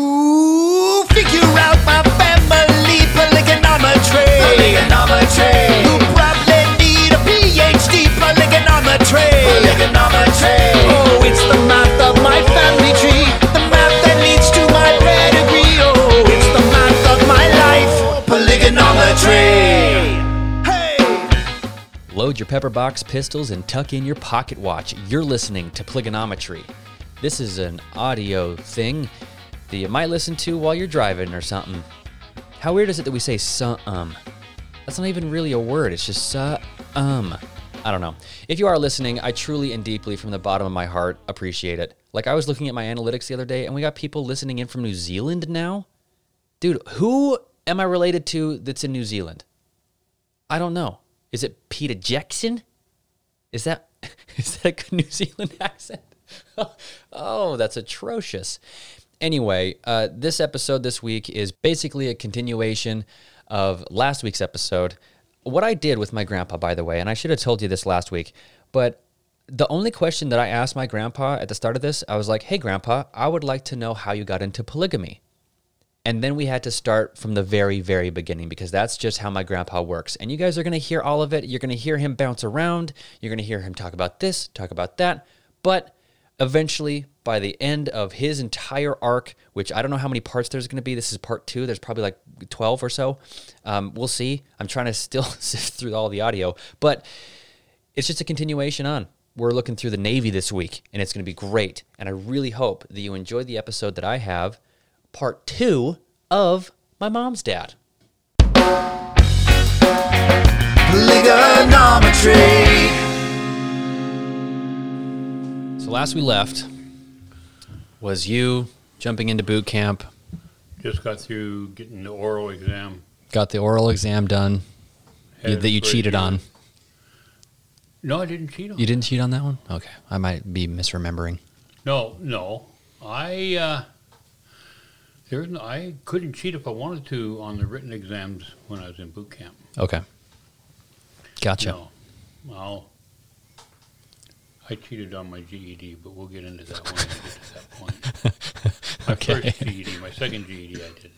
to figure out my family polygonometry. Polygonometry. You probably need a PhD polygonometry. Polygonometry. Oh, it's the math of my family tree. The math that leads to my pedigree. Oh, it's the math of my life. Polygonometry. Hey! Load your pepper box pistols and tuck in your pocket watch. You're listening to Pligonometry. This is an audio thing that you might listen to while you're driving or something. How weird is it that we say su-um? That's not even really a word, it's just su-um. I don't know. If you are listening, I truly and deeply from the bottom of my heart appreciate it. Like I was looking at my analytics the other day and we got people listening in from New Zealand now. Dude, who am I related to that's in New Zealand? I don't know. Is it Peter Jackson? Is that is that a good New Zealand accent? oh, that's atrocious. Anyway, uh, this episode this week is basically a continuation of last week's episode. What I did with my grandpa, by the way, and I should have told you this last week, but the only question that I asked my grandpa at the start of this, I was like, "Hey, grandpa, I would like to know how you got into polygamy." And then we had to start from the very, very beginning because that's just how my grandpa works. And you guys are going to hear all of it. You're going to hear him bounce around. You're going to hear him talk about this, talk about that. But eventually, by the end of his entire arc, which I don't know how many parts there's going to be, this is part two. There's probably like 12 or so. Um, we'll see. I'm trying to still sift through all the audio. But it's just a continuation on. We're looking through the Navy this week, and it's going to be great. And I really hope that you enjoyed the episode that I have, part two of My Mom's Dad. Polygonometry. So last we left was you jumping into boot camp, Just got through getting the oral exam. got the oral exam done Had it that you for a cheated year. on. No, I didn't cheat on. You it. didn't cheat on that one? Okay. I might be misremembering. No, no. I uh, there was no, I couldn't cheat if I wanted to on the written exams when I was in boot camp. Okay. Gotcha. No, well, I cheated on my GED, but we'll get into that when we get to that point. My Okay. first GED, my second GED, I didn't.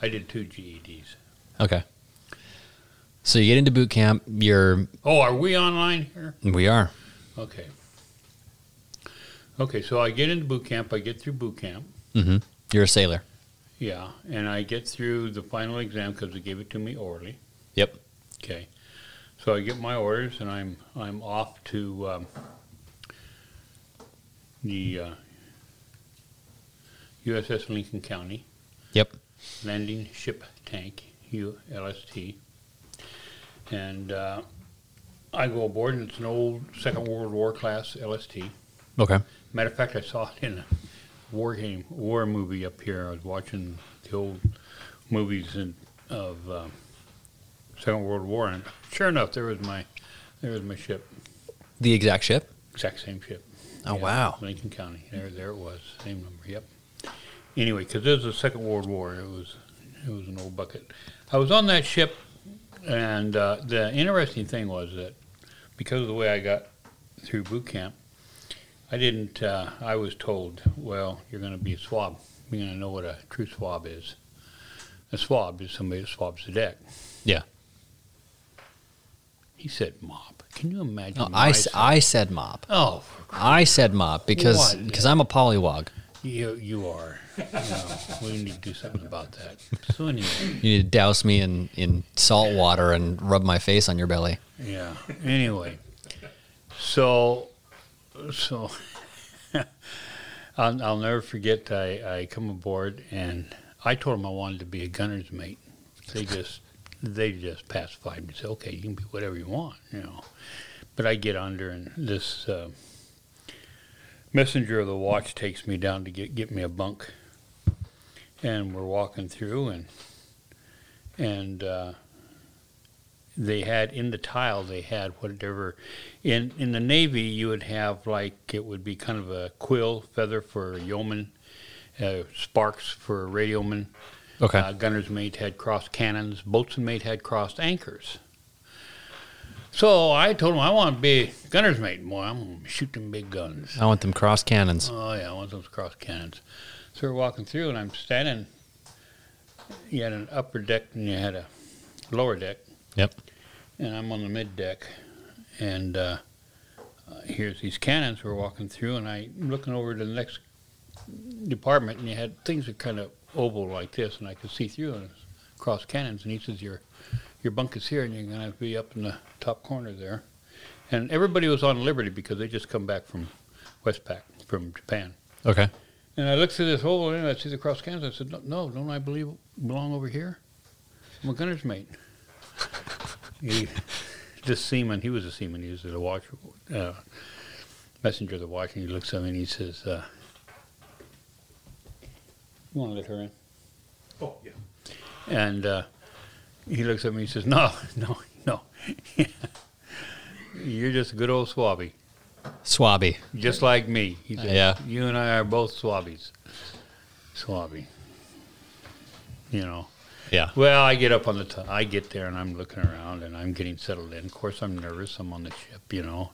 I did two E GEDs. Okay. So you get into boot camp, you're Oh, are we online here? we are. Okay. Okay, so I get into boot camp. I get through boot camp. Mhm. You're a sailor. Yeah, and I get through the final exam because they gave it to me orally. Yep. Okay, so I get my orders and I'm I'm off to um, the uh, USS Lincoln County Yep. landing ship tank ULST, and uh, I go aboard and it's an old Second World War class LST. Okay. Matter of fact, I saw it in a war game, war movie up here. I was watching the old movies in, of um, Second World War, and sure enough, there was my there was my ship, The exact ship? exact same ship. Oh Yeah, wow. Lincoln County. There, there it was, same number. Yep. Anyway, because this was the Second World War, it was it was an old bucket. I was on that ship, and uh, the interesting thing was that because of the way I got through boot camp, I didn't. Uh, I was told, well, you're going to be a swab. You're going to know what a true swab is. A swab is somebody that swabs the deck. Yeah. He said, "Mop." Can you imagine? No, Oh, I, my s- son- I said mop. oh, I said mop because What? because I'm a polywog. You, you are. You know, we need to do something about that. So anyway, You need to douse me in, in salt water and rub my face on your belly. yeah. Anyway, so so I'll, I'll never forget. I, I come aboard and I told them I wanted to be a gunner's mate. They just they just pacified me. Said, okay, you can be whatever you want, you know. But I get under and this uh, messenger of the watch takes me down to get get me a bunk, and we're walking through and and. Uh, they had in the tile they had whatever in in the navy you would have like it would be kind of a quill feather for a yeoman uh, sparks for a radioman Okay. uh, gunner's mate had crossed cannons boatswain mate had crossed anchors so i told him i want to be gunner's mate boy i'm going to shoot them big guns I want them cross cannons. Oh yeah, I want those cross cannons. So we're walking through, and I'm standing. You had an upper deck, and you had a lower deck. Yep. And I'm on the mid deck, and uh, uh, here's these cannons we're walking through, and I looking over to the next department, and you had things that kind of oval like this, and I could see through and across cannons, and he says, "Your your bunk is here, and you're gonna have to be up in the top corner there." And everybody was on Liberty because they just come back from Westpac from Japan. Okay. And I looked through this hole, and I see the cross cans. I said, "No, no don't I believe belong over here? I'm a gunner's mate." he, this seaman, he was a seaman. He was a watch, uh, messenger of the watch, and he looks at me and he says, uh, "You want to let her in?" Oh yeah. And uh, he looks at me and he says, "No, no, no." You're just a good old swabby, Swabby. just like me. He said, Yeah. You and I are both swabbies. Swabby. You know. Yeah. Well, I get up on the t- I get there and I'm looking around and I'm getting settled in. Of course, I'm nervous. I'm on the ship, you know.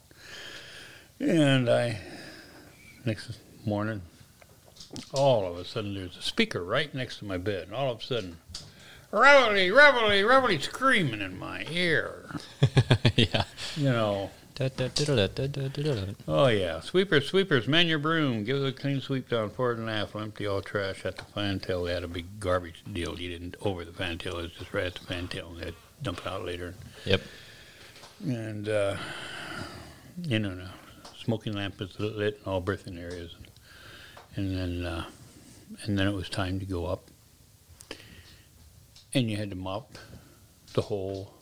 And I next morning, all of a sudden there's a speaker right next to my bed. And all of a sudden, reveille, reveille, reveille, screaming in my ear. yeah. You know. Oh yeah, sweepers, sweepers, man your broom. Give it a clean sweep down forward and aft. Empty all trash at the fantail. They had a big garbage deal. You didn't over the fantail. It was just right at the fantail, and they'd dump it out later. Yep. And uh, you know, the smoking lamp is lit in all berthing areas, and then uh, and then it was time to go up, and you had to mop the whole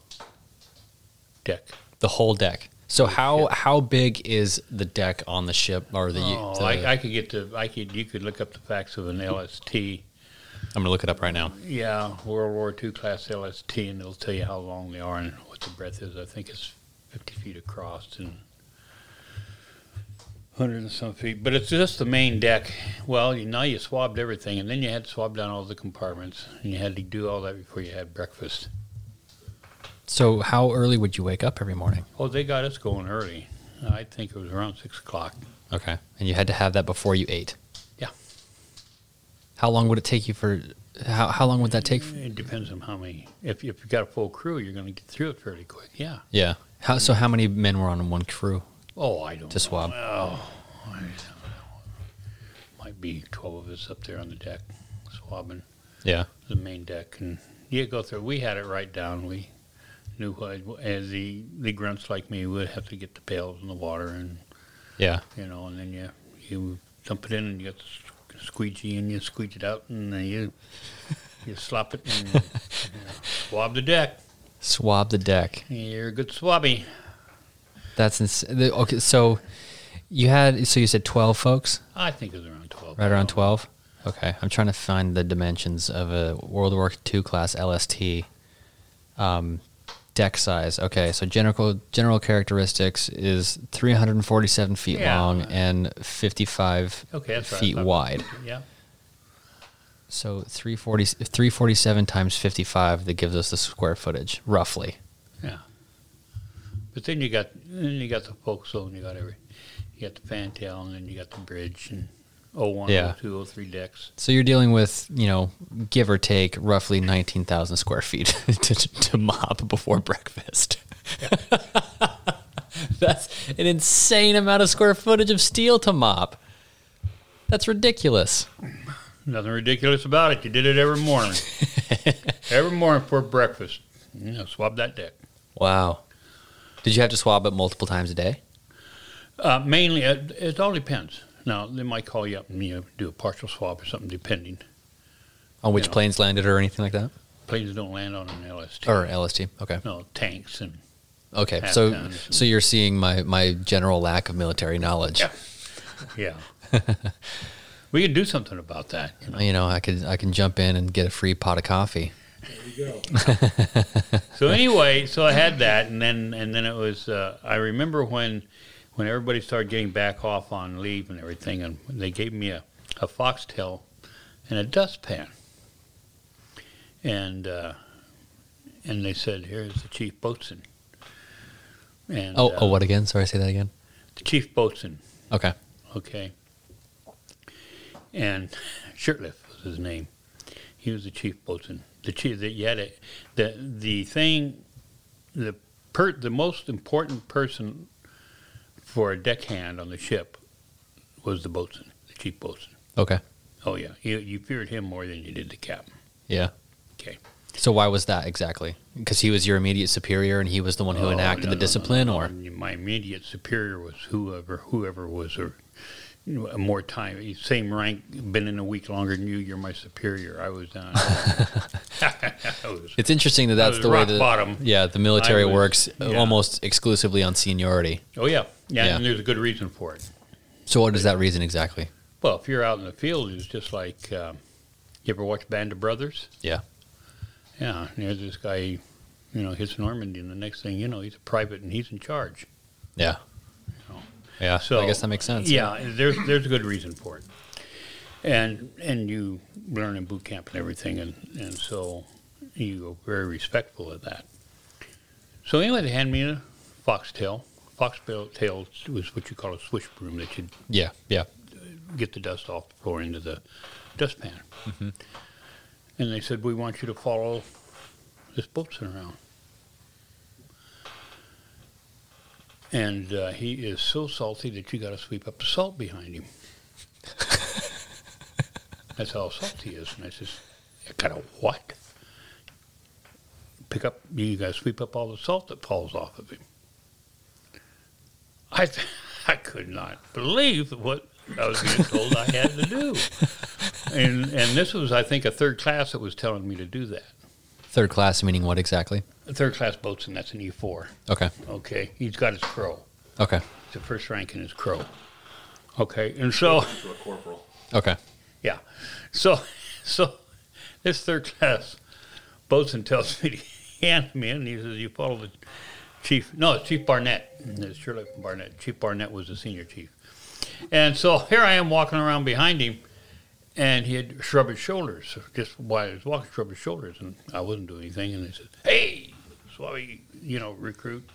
deck. The whole deck. So how how big is the deck on the ship or the? Oh, the- I, I could get to. I could. You could look up the facts of an LST. I'm gonna look it up right now. Yeah, World War II class LST, and it'll tell you how long they are and what the breadth is. I think it's 50 feet across and 100 and some feet. But it's just the main deck. Well, you, now you swabbed everything, and then you had to swab down all the compartments, and you had to do all that before you had breakfast. So how early would you wake up every morning? Oh, they got us going early. I think it was around 6 o'clock. Okay. And you had to have that before you ate. Yeah. How long would it take you for? How how long would that take? For, It depends on how many. If, if you got a full crew, you're going to get through it fairly quick. Yeah. yeah. How so? How many men were on one crew Oh, I don't to swab? Oh, I don't know. might be 12 of us up there on the deck swabbing Yeah. the main deck. And you go through, we had it right down. We knew what, as the, the grunts like me would have to get the pails in the water and, Yeah. you know, and then you, you dump it in and you got the s- squeegee and you squeeze it out and then you, you slop it and you know, swab the deck. Swab the deck. You're a good swabby. That's ins- the- okay. So you had so you said twelve folks, I think it was around 12. right around twelve. Okay, I'm trying to find the dimensions of a World War II class LST um, deck size. Okay, so general general characteristics is 347 feet Yeah. long and 55 Okay, that's right. feet About- wide. Yeah. So 340 347 times 55 that gives us the square footage roughly. Yeah. But then you got then you got the forecastle and you got every you got the fantail and then you got the bridge and oh one, Yeah. oh two, oh three decks. So you're dealing with, you know, give or take roughly 19,000 square feet to, to mop before breakfast. That's an insane amount of square footage of steel to mop. That's ridiculous. Nothing ridiculous about it. You did it every morning. every morning for breakfast. You know, swab that deck. Wow. Did you have to swab it multiple times a day? Uh, mainly, it, it all depends. Now they might call you up and you know, do a partial swab or something, depending. On which No. planes landed or anything like that? Planes don't land on an LST. Or LST? Okay. No tanks and Okay. Half So tons. so you're seeing my my general lack of military knowledge. Yeah. yeah. we could do something about that. You know? You know, I could I can jump in and get a free pot of coffee. So anyway, so I had that, and then and then it was. Uh, I remember when when everybody started getting back off on leave and everything, and they gave me a, a foxtail and a dustpan, and uh, and they said, "Here's the chief boatswain." And Oh, uh, oh what again? Sorry, say that again. the chief boatswain. Okay. Okay. And Shirtliff was his name. He was the chief boatswain. The chief that yet it the the thing the per, the most important person for a deckhand on the ship was the boatswain, the chief boatswain. Okay. Oh yeah, you you feared him more than you did the captain. Yeah. Okay. So why was that exactly? Because he was your immediate superior, and he was the one who Oh, enacted no, the no, no, discipline, no, or no. my immediate superior was whoever whoever was or you know, more time same rank been in a week longer than you you're my superior i was down I was- it's interesting that I that's was the way rock the bottom. yeah the military I was- works yeah. almost exclusively on seniority. oh yeah. yeah Yeah. and there's a good reason for it So what is that reason exactly? well if you're out in the field it's just like um, you ever watch band of brothers Yeah. yeah and there's this guy you know hits normandy and the next thing you know he's a private and he's in charge Yeah. No. Yeah. So Oh. So I guess that makes sense. Yeah, there's there's a good reason for it, and and you learn in boot camp and everything, and and so you are very respectful of that. So anyway, they hand me a foxtail. Foxtail tail was what you call a swish broom that you'd Yeah. Yeah. get the dust off the floor into the dustpan. And they said, We want you to follow this boatswain around. And uh, he is so salty that you got to sweep up the salt behind him. That's how salty he is. And I says, I got to what? Pick up, you got to sweep up all the salt that falls off of him. I, I could not believe what I was being told I had to do. And, and this was, I think, a third class that was telling me to do that. Third class meaning what exactly? A third class boatswain, that's an E4. Okay. Okay. He's got his crow. Okay. It's the first rank in his crow. Okay. And so, to a corporal. Okay. yeah. So, so this third class boatswain tells me to hand me in, and he says, You follow the chief. No, it's Chief Barnett. Mm-hmm. It's Shirley Barnett. Chief Barnett was the senior chief. And so here I am walking around behind him, and he had shrubbed his shoulders. Just while he was walking, shrubbed his shoulders, and I wasn't doing anything. And they said, "Hey, Swabby, you know, recruit.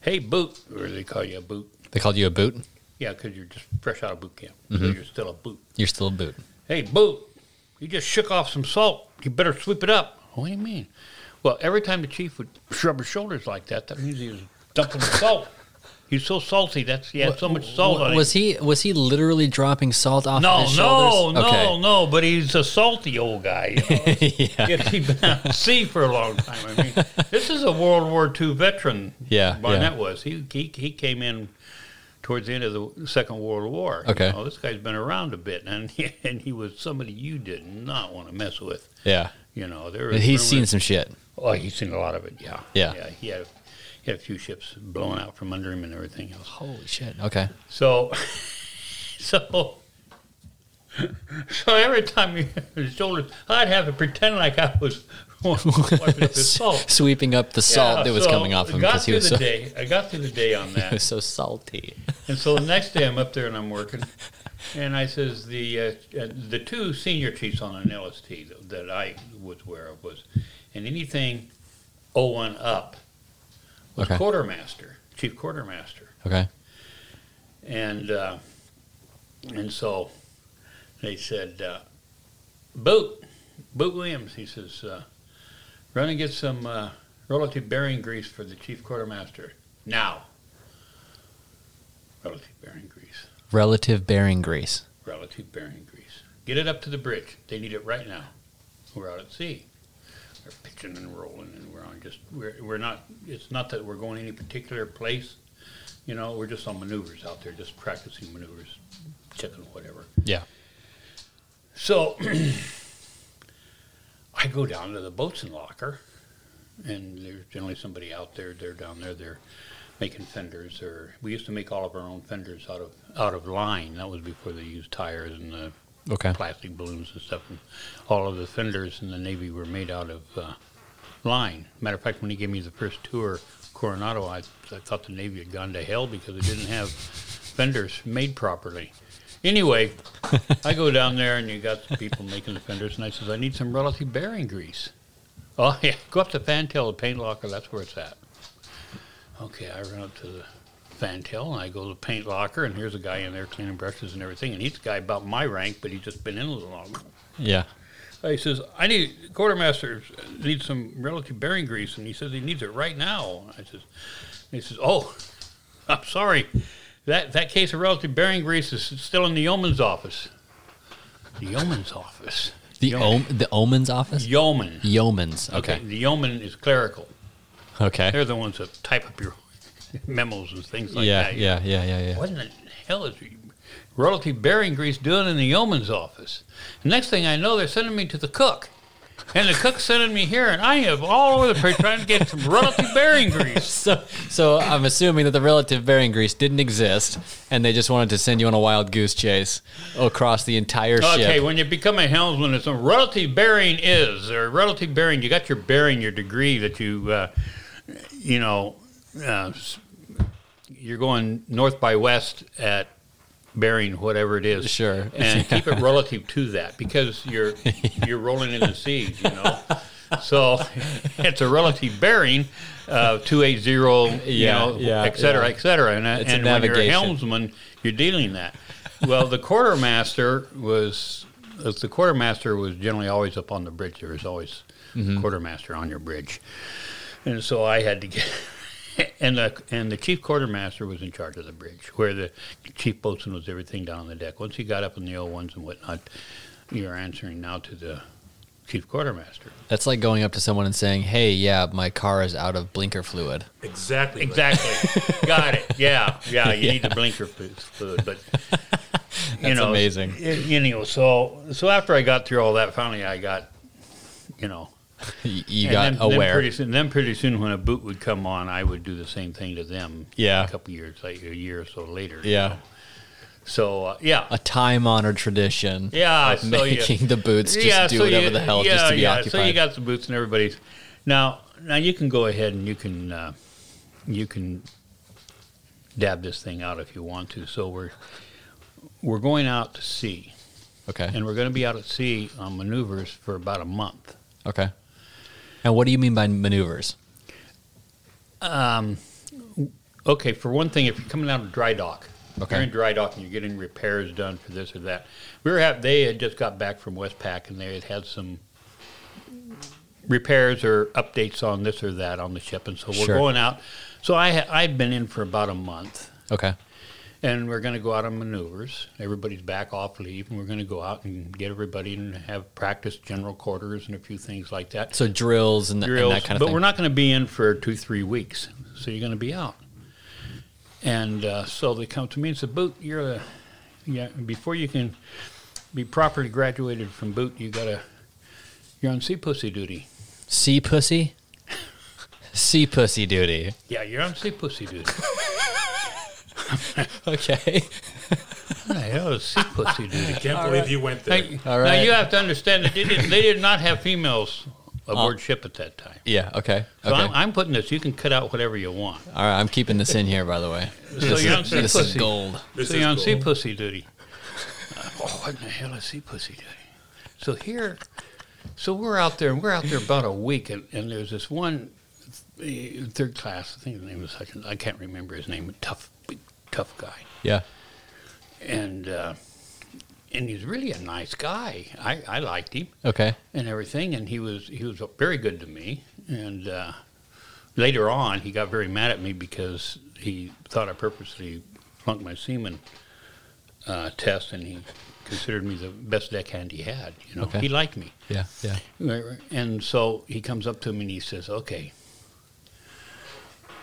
Hey, boot, or they call you a boot. They called you a boot. Yeah, because you're just fresh out of boot camp, so you're still a boot. You're still a boot. Hey, boot, you just shook off some salt. You better sweep it up. What do you mean? Well, every time the chief would shrub his shoulders like that, that means he was dumping salt. He's so salty. That's he had so much salt on him. was he was he literally dropping salt off No, of his no, shoulders? no, no. But he's a salty old guy. You know? yeah. Yes, he's been out at sea for a long time. I mean, this is a World War II veteran. Yeah, Barnett yeah. was. He, he he came in towards the end of the Second World War. you Okay. know. this guy's been around a bit, and he, and he was somebody you did not want to mess with. Yeah. You know, there was He's seen rumors- some shit. Oh, he's seen a lot of it. Yeah, Yeah. yeah. He had a, he had a few ships blown out from under him and everything else. Holy shit. Okay. So, so, so every time you his shoulders, I'd have to pretend like I was wiping up his salt. Sweeping up the salt Yeah, that was so coming off him got because he through was the so day. I got through the day on he was that, so salty. and so the next day I'm up there and I'm working, and I says the uh, uh, the two senior chiefs on an LST that, that I was aware of was, and anything, O one up, was Okay. quartermaster, chief quartermaster. Okay. and uh, and so they said, uh, "Boot, Boot Williams." He says, uh, "Run and get some uh, relative bearing grease for the chief quartermaster now." Relative bearing grease. Relative bearing grease. Relative bearing grease. Get it up to the bridge. They need it right now. We're out at sea. We're pitching and rolling, and we're on just we're we're not. It's not that we're going any particular place. You know, we're just on maneuvers out there, just practicing maneuvers, checking whatever. Yeah. So I go down to the boatswain locker, and there's generally somebody out there. They're down there. They're making fenders, or we used to make all of our own fenders out of out of line. That was before they used tires and the Okay. plastic balloons and stuff. And all of the fenders in the Navy were made out of uh, line. Matter of fact, when he gave me the first tour, Coronado, I, I thought the Navy had gone to hell because it didn't have fenders made properly. Anyway, I go down there and you got the people making the fenders, and I says, I need some relative bearing grease. Oh, yeah, go up to Fantail, the paint locker, that's where it's at. Okay, I run up to the Fantail and I go to the paint locker, and here's a guy in there cleaning brushes and everything, and he's a guy about my rank, but he's just been in a little longer. Yeah. He says, "I need quartermaster needs some relative bearing grease," and he says he needs it right now. I says, "He says, oh, I'm sorry, that that case of relative bearing grease is still in the yeoman's office." The yeoman's office. The Yeoman. om- the Omen's office? Yeoman. Yeoman's. Okay. The yeoman is clerical. Okay. They're the ones that type up your memos and things like yeah, that. yeah, yeah, yeah, yeah. What in the hell is relative bearing grease doing in the yeoman's office? The next thing I know, they're sending me to the cook. And the cook's sending me here, and I am all over the place trying to get some relative bearing grease. So, so I'm assuming that the relative bearing grease didn't exist, and they just wanted to send you on a wild goose chase across the entire Okay, ship. when you become a helmsman, it's a relative bearing is or relative bearing. You got your bearing, your degree that you, uh, you know, uh, s- you're going north by west at bearing whatever it is. Sure. and keep it relative to that because you're you're rolling in the seas, you know. So it's a relative bearing uh, two eight zero, you Yeah, know, yeah, et cetera, yeah. et cetera. And, It's a and when you're a navigation. helmsman, you're dealing that. Well, the quartermaster was as the quartermaster was generally always up on the bridge. There was always Mm-hmm. quartermaster on your bridge, and so I had to get. And the and the chief quartermaster was in charge of the bridge, where the chief boatswain was everything down on the deck. Once he got up in the old ones and whatnot, you're answering now to the chief quartermaster. That's like going up to someone and saying, "Hey, yeah, my car is out of blinker fluid." Exactly. right. Exactly. Got it. Yeah. Yeah. You need the blinker flu- fluid, but you That's know, amazing. y- You know, so so after I got through all that, finally I got, you know, Y- You and got then, Then aware. pretty, soon, then pretty soon, when a boot would come on, I would do the same thing to them. Yeah. A couple years later, a year or so later. you yeah, know. So uh, yeah. a time-honored tradition. Yeah, of so you- making the boots just do so whatever you- the hell just to be occupied. So you got the boots and everybody's. Now, now you can go ahead and you can uh, you can dab this thing out if you want to. So we're we're going out to sea, okay. and we're going to be out at sea on maneuvers for about a month. okay. And what do you mean by maneuvers? Okay, for one thing, if you're coming out of dry dock, Okay. you're in dry dock and you're getting repairs done for this or that. We were have they had just got back from Westpac and they had had some repairs or updates on this or that on the ship, and so we're Sure. going out. So I ha- I'd been in for about a month, Okay. and we're going to go out on maneuvers. Everybody's back off leave, and we're going to go out and get everybody and have practice general quarters and a few things like that So drills and, and drills, that kind of but thing. we're not going to be in for two, three weeks. So you're going to be out. And uh, so they come to me and say, "Boot, you're a, yeah. Before you can be properly graduated from boot, you gotta, you're on sea pussy duty. sea pussy. Sea pussy duty. Yeah, you're on sea pussy duty. Okay. what the hell is sea pussy duty? Can't believe you went there. Now, All right. now you have to understand that they did, they did not have females aboard ship at that time. Yeah. Okay. So Uh, okay. I'm, I'm putting this. You can cut out whatever you want. All right, I'm keeping this in here, by the way. So you're on sea This pussy. is gold. This so is you're on cool. sea pussy duty. Uh, oh, what in the hell is sea pussy duty? So here, so we're out there, and we're out there about a week, and, and there's this one uh, third class. I think his name was Hutchins. I can't remember his name. A tough, big, tough guy, Yeah. and uh, and he's really a nice guy. I, I liked him Okay. and everything, and he was he was very good to me. And uh, later on, he got very mad at me because he thought I purposely flunked my seaman uh, test, and he considered me the best deckhand he had. You know, Okay. he liked me. Yeah. Yeah. Right, right. And so he comes up to me and he says, "Okay."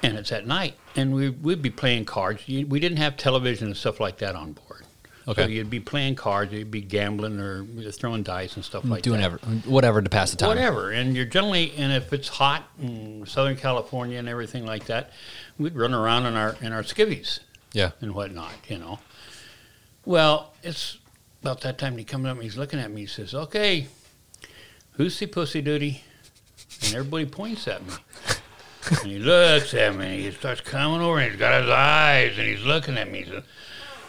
And it's at night, and we we'd be playing cards. You- We didn't have television and stuff like that on board. So Okay. you'd be playing cards, you'd be gambling or throwing dice and stuff like Mm, Doing that. ever, whatever to pass the time. Whatever. And you're generally, and if it's hot in Southern California and everything like that, we'd run around in our in our skivvies Yeah. and whatnot, you know. Well, it's about that time he comes up and he's looking at me. He says, "Okay, who's the pussy duty?" And everybody points at me. and he looks at me. He starts coming over and he's got his eyes and he's looking at me. He says,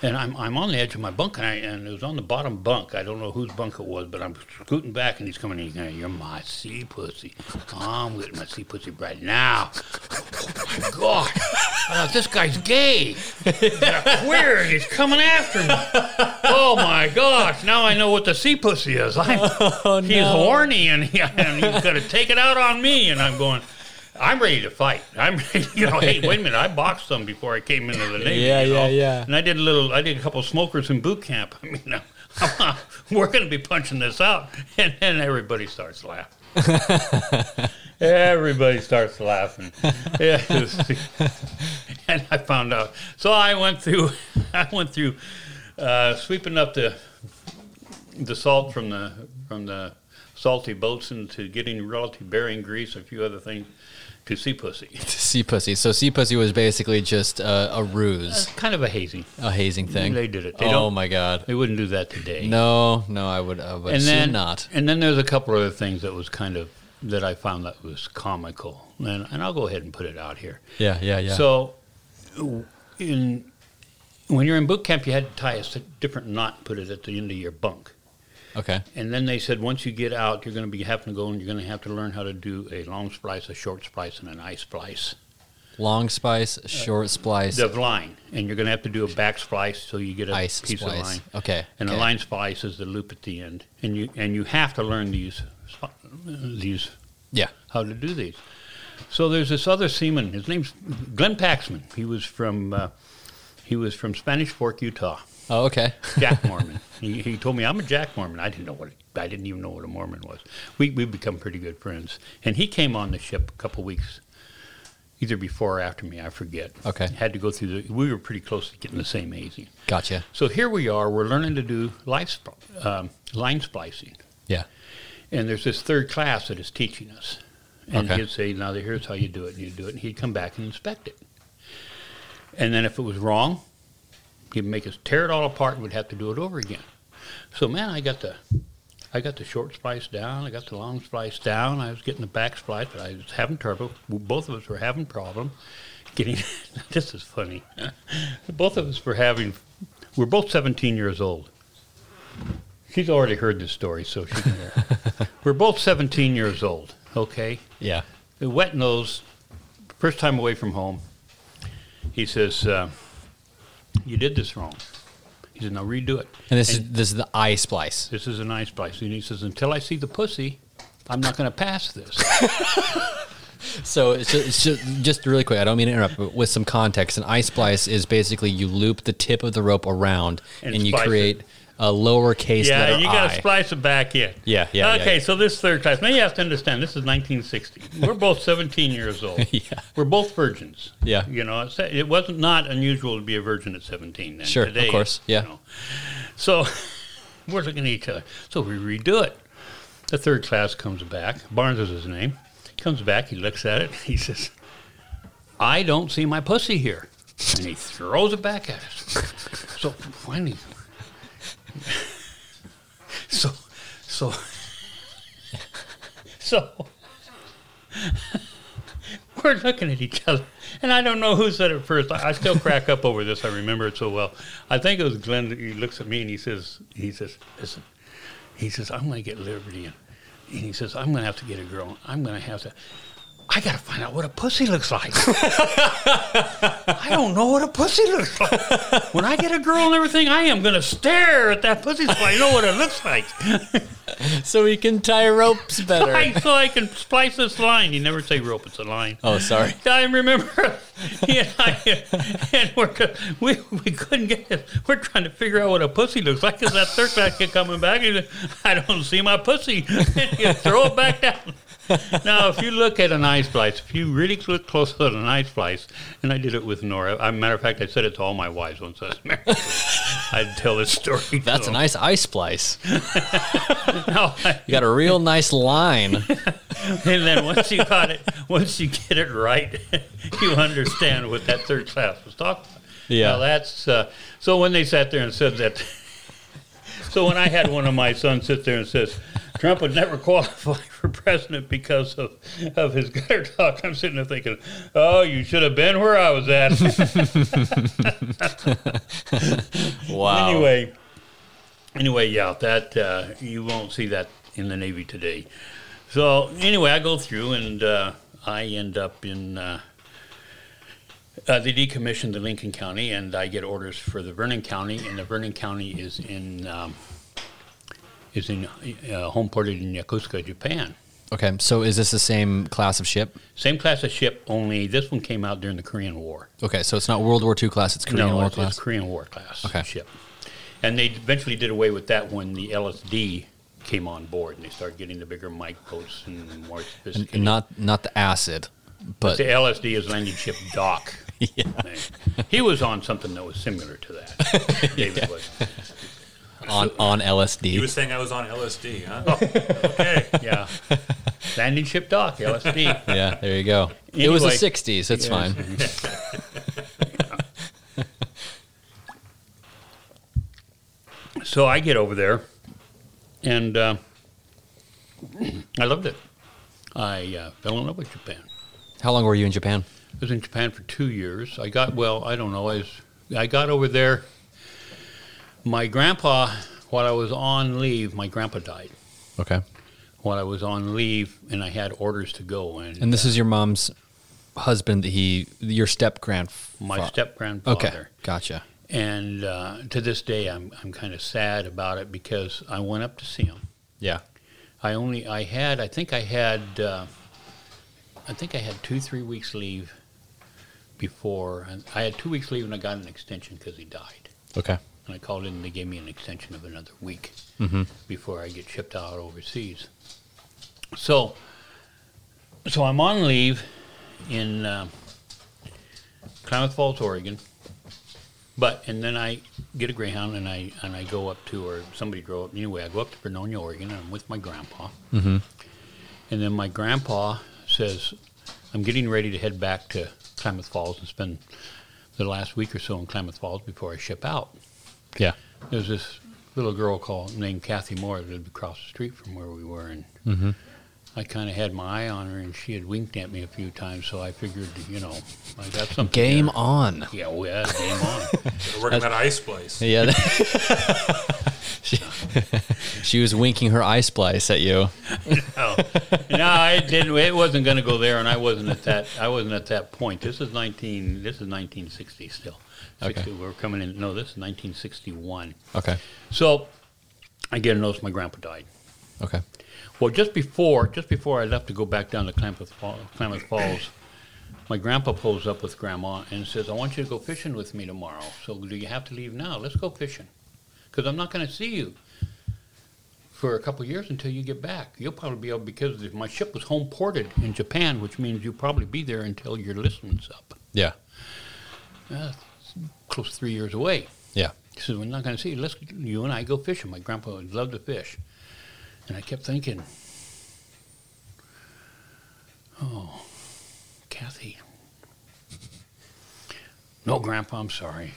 and I'm I'm on the edge of my bunk, and I and it was on the bottom bunk. I don't know whose bunk it was, but I'm scooting back, and he's coming. in. He's going, "You're my sea pussy. I'm getting my sea pussy right now." Oh my God, I thought, this guy's gay. He's queer. and He's coming after me. Oh my gosh! Now I know what the sea pussy is. I'm, Oh, he's horny, and, he, and he's going to take it out on me. And I'm going. I'm ready to fight. I'm, ready, you know, hey, wait a minute! I boxed them before I came into the Navy. Yeah, you know? yeah, yeah. And I did a little. I did a couple smokers in boot camp. I mean, I'm, we're going to be punching this out, and then everybody starts laughing. everybody starts laughing. Yeah, and I found out. So I went through. I went through uh, sweeping up the the salt from the from the salty boats into getting relative bearing grease, a few other things, to sea pussy. Sea pussy. So sea pussy was basically just a, a ruse, It's kind of a hazy. a hazing thing. Mm, They did it. They oh don't- my god. They wouldn't do that today. No, no, I would, I would and assume then not. And then there's a couple other things that was kind of that I found that was comical, and and I'll go ahead and put it out here. Yeah, yeah, yeah. So, in when you're in boot camp, you had to tie a s- different knot and put it at the end of your bunk. okay. And then they said, once you get out, you're going to be having to go and you're going to have to learn how to do a long splice, a short splice, and an ice splice Long spice, Uh, short splice, of line. And you're going to have to do a back splice so you get a ice piece of splice. line. Okay. And okay. a line splice is the loop at the end. And you and you have to learn these these Yeah. how to do these. So there's this other seaman. His name's Glenn Paxman. He was from uh, he was from Spanish Fork, Utah. Oh, okay. Jack Mormon. he, he told me I'm a Jack Mormon. I didn't know what I didn't even know what a Mormon was. We we become pretty good friends, and he came on the ship a couple weeks, either before or after me. I forget. Okay. Had to go through the. We were pretty close to getting the same hazing. Gotcha. So here we are. We're learning to do life spl- um, line splicing, Yeah. and there's this third class that is teaching us, and Okay. he'd say, "Now here's how you do it," and you do it, and he'd come back and inspect it, and then if it was wrong, he'd make us tear it all apart, and we'd have to do it over again. So man, I got the, I got the short splice down, I got the long splice down, I was getting the back splice, but I was having trouble. Both of us were having problem getting. this is funny. both of us were having. We're both 17 years old. She's already heard this story, so she can hear. We're both 17 years old, okay? Yeah. The wet nose, first time away from home, he says, uh, You did this wrong. He said, Now redo it. And this is this is the eye splice. This is an ice splice. And he says, Until I see the pussy, I'm not going to pass this. So it's just, it's just, just really quick. I don't mean to interrupt, but with some context, an ice splice is basically you loop the tip of the rope around And and, you splice it. create a lowercase yeah, letter you got to I. splice it back in. Yeah, yeah, yeah, Okay, yeah. so this third class. Now you have to understand. This is 1960. We're both 17 years old. Yeah. We're both virgins. Yeah. You know, it's, it wasn't not unusual to be a virgin at 17. Then. Sure, of Today, course, you yeah. know. So we're looking at each other. So we redo it. The third class comes back. Barnes is his name. Comes back. He looks at it. He says, "I don't see my pussy here," and he throws it back at us. So finally, so, so, so, we're looking at each other, and I don't know who said it first. I, I still crack up over this. I remember it so well. I think it was Glenn. He looks at me and he says, he says, listen, he says, I'm going to get liberty, and, and he says, I'm going to have to get a girl. I'm going to have to. I got to find out what a pussy looks like. I don't know what a pussy looks like. When I get a girl and everything, I am going to stare at that pussy so I know what it looks like. so we can tie ropes better. I, so I can splice this line. You never say rope, it's a line. Oh, sorry. I remember he and I, and we're, co- we, we couldn't get it. We're trying to figure out what a pussy looks like because that third guy kept coming back and he said, I don't see my pussy. And you throw it back down. Now, if you look at an ice splice, if you really look close at an ice splice, and I did it with Nora. As a matter of fact, I said it to all my wives once I was married. I'd tell this story. to That's a them. nice ice splice. Now, I- You got a real nice line. and then once you got it, once you get it right, you understand what that third class was talking about. Yeah. Now that's uh, so when they sat there and said that So when I had one of my sons sit there and says, Trump would never qualify for president because of, of his gutter talk, I'm sitting there thinking, oh, you should have been where I was at. Oh. Wow. Anyway, anyway, yeah, that uh, you won't see that in the Navy today. So anyway, I go through and uh, I end up in. Uh, uh, they decommissioned the Lincoln County, and I get orders for the Vernon County, and the Vernon County is in um, is in uh, home ported in Yokosuka, Japan. Okay, so is this the same class of ship? Same class of ship, only this one came out during the Korean War. Okay, so it's not World War II class; it's Korean no, War it's, class. it's Korean War class Okay. ship. And they eventually did away with that when the LSD came on board and they started getting the bigger mic boats and more N- sophisticated. not not the acid, but the LSD is landing ship dock. thing. He was on something that was similar to that. David was. on on LSD. You were saying I was on LSD, huh? Oh. okay. Yeah. Landing ship dock, LSD. yeah, there you go. it was the Anyway. '60s. It's fine. So I get over there, and uh, I loved it. I uh, fell in love with Japan. How long were you in Japan? I was in Japan for two years. I got well. I don't know. I was, I got over there. My grandpa, while I was on leave, my grandpa died. Okay, While I was on leave, and I had orders to go, and, and this is your mom's husband. That he, your step grandfather. my step grandfather. Okay, gotcha. And uh, to this day, I'm I'm kind of sad about it because I went up to see him. Yeah. I only I had I think I had uh, I think I had two three weeks leave before and I had two weeks leave and I got an extension because he died Okay. and I called in and they gave me an extension of another week Mhm. before I get shipped out overseas. So so I'm on leave in uh, Klamath Falls, Oregon. But and then I get a Greyhound and I and I go up to or somebody drove up anyway. I go up to Vernonia, Oregon, and I'm with my grandpa. And then my grandpa says, "I'm getting ready to head back to Klamath Falls and spend the last week or so in Klamath Falls before I ship out." Yeah. There's this little girl called named Kathy Moore that lived across the street from where we were, and Mm-hmm. I kind of had my eye on her, and she had winked at me a few times, so I figured, you know, I got something. Game there. on. Yeah, well, yeah, game on. We're working at Ice Place. Yeah. she, she was winking her eye splice at you. Oh. No, I didn't. It wasn't going to go there, and I wasn't at that. I wasn't at that point. This is nineteen. This is nineteen sixty still. 60, Okay. We're coming in. No, this is nineteen sixty one. Okay. So, I get a notice my grandpa died. Okay. Well, just before just before I left to go back down to Klamath, Fall, Klamath Falls, my grandpa pulls up with grandma and says, "I want you to go fishing with me tomorrow. So do you have to leave now? Let's go fishing, because I'm not going to see you for a couple years until you get back. You'll probably be able because my ship was home ported in Japan, which means you'll probably be there until your listings up. Yeah. Uh, close to three years away. Yeah. He says, "We're not going to see you. Let's you and I go fishing." My grandpa would love to fish, and I kept thinking, "Oh, Kathy." No, Grandpa, I'm sorry.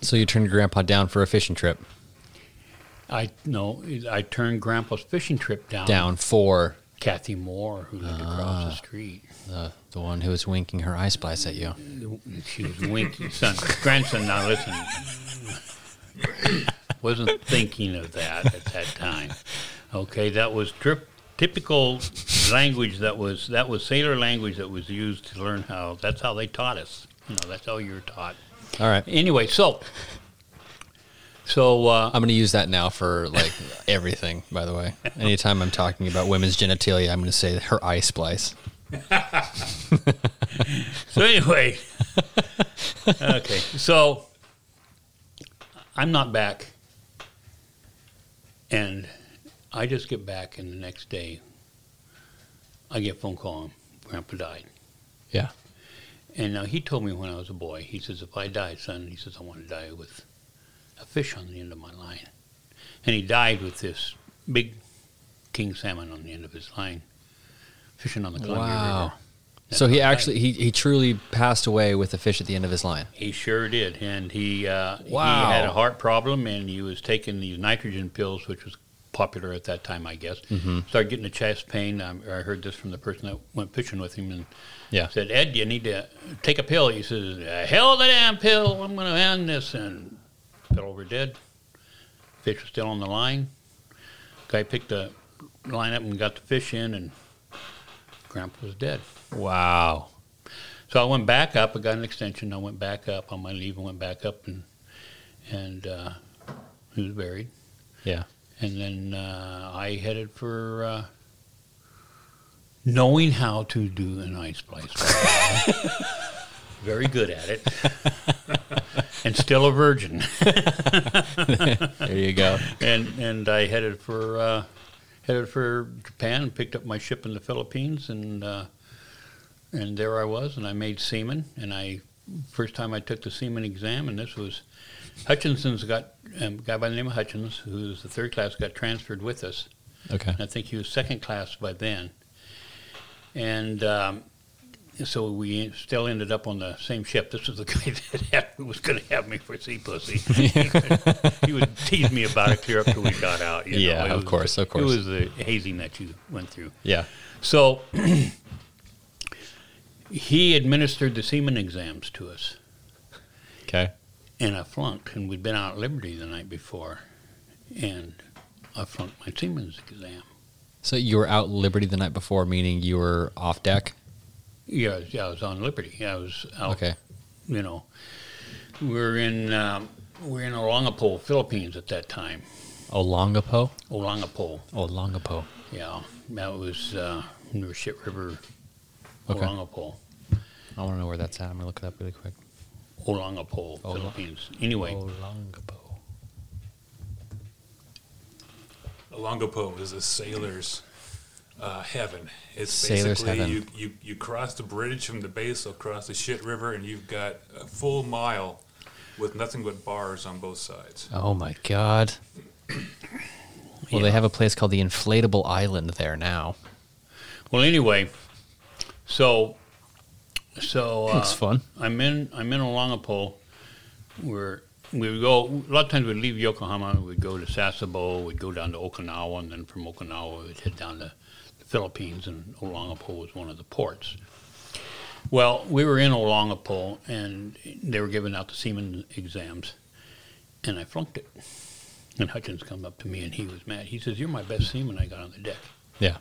So you turned Grandpa down for a fishing trip I no, I turned Grandpa's fishing trip down. down for Kathy Moore, who lived across the street, the, the one who was winking her eye splice at you. she was winking. Son, grandson, now listen. Wasn't thinking of that at that time. Okay, that was drip, typical language that was that was sailor language that was used to learn how. That's how they taught us. You know, that's how you were taught. All right. Anyway, so so uh, I'm going to use that now for like everything, by the way. Anytime I'm talking about women's genitalia, I'm going to say her eye splice. So anyway, okay. So I'm not back, and I just get back, and the next day I get a phone call. Grandpa died, Yeah. and now he told me when I was a boy. He says, "If I die, son," he says, "I want to die with a fish on the end of my line," and he died with this big king salmon on the end of his line, fishing on the Columbia Wow. River. So he actually he, he truly passed away with a fish at the end of his line. He sure did, and he uh, Wow. he had a heart problem, and he was taking these nitrogen pills, which was popular at that time, I guess. Mm-hmm. Started getting a chest pain. I, I heard this from the person that went fishing with him, and Yeah. said, "Ed, you need to take a pill." He says, "The "Hell, the damn pill! I'm going to end this." And fell over dead. Fish was still on the line. Guy picked the line up and got the fish in, and Grandpa was dead. Wow. So I went back up. I got an extension. I went back up on my leave and went back up and and uh, he was buried. Yeah. And then uh, I headed for uh, knowing how to do an ice splice. Very good at it, and still a virgin. There you go. And and I headed for uh, headed for Japan. Picked up my ship in the Philippines, and uh, and there I was. And I made seaman. And I first time I took the seaman exam, and this was Hutchinson's got um, guy by the name of Hutchins, who's the third class, got transferred with us. Okay. And I think he was second class by then. And um, so we still ended up on the same ship. This was the guy that had, who was going to have me for sea pussy. he would tease me about it clear up till we got out. you know. Yeah, It of was- course, of It course. was the hazing that you went through. Yeah. So he administered the seaman exams to us Okay. and I flunked, and we'd been out at Liberty the night before, and I flunked my seaman's exam. So you were out Liberty the night before, meaning you were off deck. Yeah, I was- yeah, I was on Liberty. I was out, Okay. you know. We were in um, we were in Olongapo, Philippines at that time. Olongapo. Olongapo, Olongapo. yeah, that was uh, near Shit River, Okay. Olongapo, I want to know where that's at. I'm gonna look it up really quick. Olongapo, Ola- Philippines. Anyway, Olongapo. Longapo is a sailor's uh, heaven. It's Sailor's basically heaven. You, you, you cross the bridge from the base across the shit river, and you've got a full mile with nothing but bars on both sides. Oh my god. Well, they have a place called the Inflatable Island there now. well, anyway, so so uh, Looks fun. I'm in I'm in Olongapo, where we would go. A lot of times we'd leave Yokohama, we'd go to Sasebo, we'd go down to Okinawa, and then from Okinawa we'd head down to the Philippines, and Olongapo was one of the ports. Well, we were in Olongapo, and they were giving out the seaman exams, and I flunked it. And Hutchins come up to me, and he was mad. He says, "You're my best seaman I got on the deck." Yeah.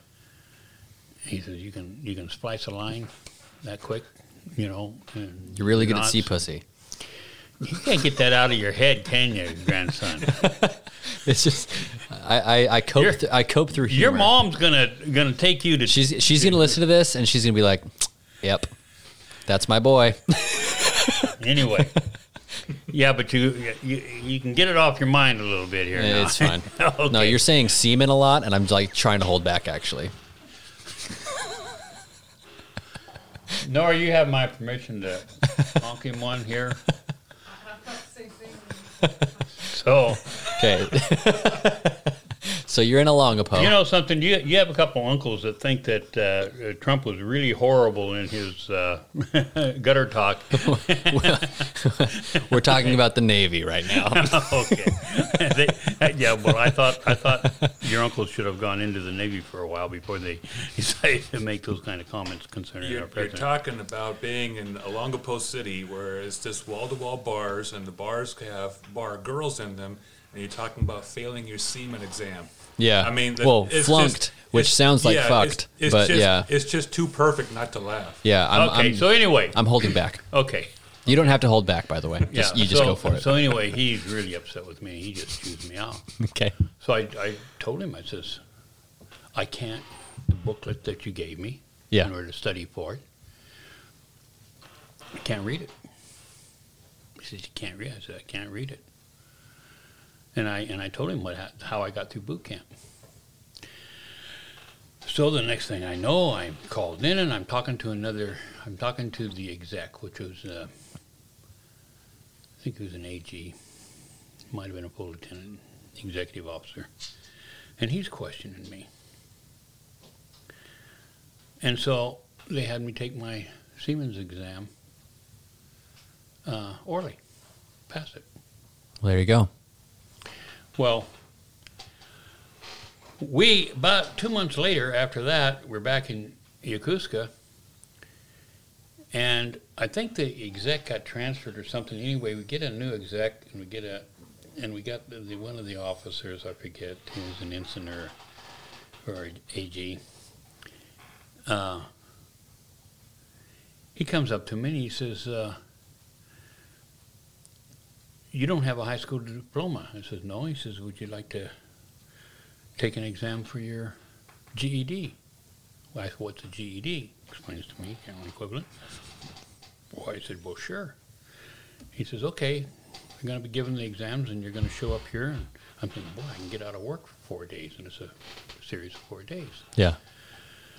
He says, "You can you can splice a line that quick." You know, and You're really good at knots." sea pussy. You can't get that out of your head, can you, grandson? It's just I I, I cope Your- th- I cope through humor. Your mom's gonna gonna take you to. She's she's gonna listen to this and she's gonna be like, "Yep, that's my boy." anyway. yeah, but you, you you can get it off your mind a little bit here. now. it's fine. okay. No, you're saying semen a lot, and I'm like trying to hold back. Actually, Nora, you have my permission to honk him one here. So okay. so you're in a longapo. you know something? You you have a couple uncles that think that uh, Trump was really horrible in his uh, gutter talk. We're talking about the Navy right now. okay. They- uh, yeah, well, I thought I thought your uncle should have gone into the Navy for a while before they decided to make those kind of comments concerning our You're, you're president. talking about being in Olongapo City, where it's just wall-to-wall bars, and the bars have bar girls in them, and you're talking about failing your seaman exam. Yeah. I mean, the- well, it's just- flunked, which it's- sounds like yeah, fucked, it's- it's but just- yeah, it's just too perfect not to laugh. yeah. I'm, okay, I'm, so anyway, I'm holding back. okay, You don't have to hold back, by the way. Just, yeah, you just so, go for it. So anyway, he's really upset with me. He just chews me out. okay. So I, I told him, I says, I can't. The booklet that you gave me, Yeah. in order to study for it, I can't read it. He says, "You can't read." it." I said, "I can't read it." And I and I told him what hap- how I got through boot camp. So the next thing I know, I'm called in and I'm talking to another. I'm talking to the exec, which was, uh, I think it was an AG, might have been a full lieutenant executive officer, and he's questioning me. And so they had me take my Siemens exam. Uh, orally, passed it. Well, there you go. Well, we about two months later after that, we're back in Yokosuka, and I think the exec got transferred or something. Anyway, we get a new exec, and we get a, and we got the, the one of the officers. I forget who was an ensign or, or AG. Uh, he comes up to me and he says. Uh, you don't have a high school diploma. I says, no. He says, would you like to take an exam for your GED? Well, I said, what's a GED? Explains to me, general equivalent. Well, I said, well, sure. He says, okay, you're going to be given the exams and you're going to show up here. And I'm thinking, boy, I can get out of work for four days. And it's a series of four days. Yeah.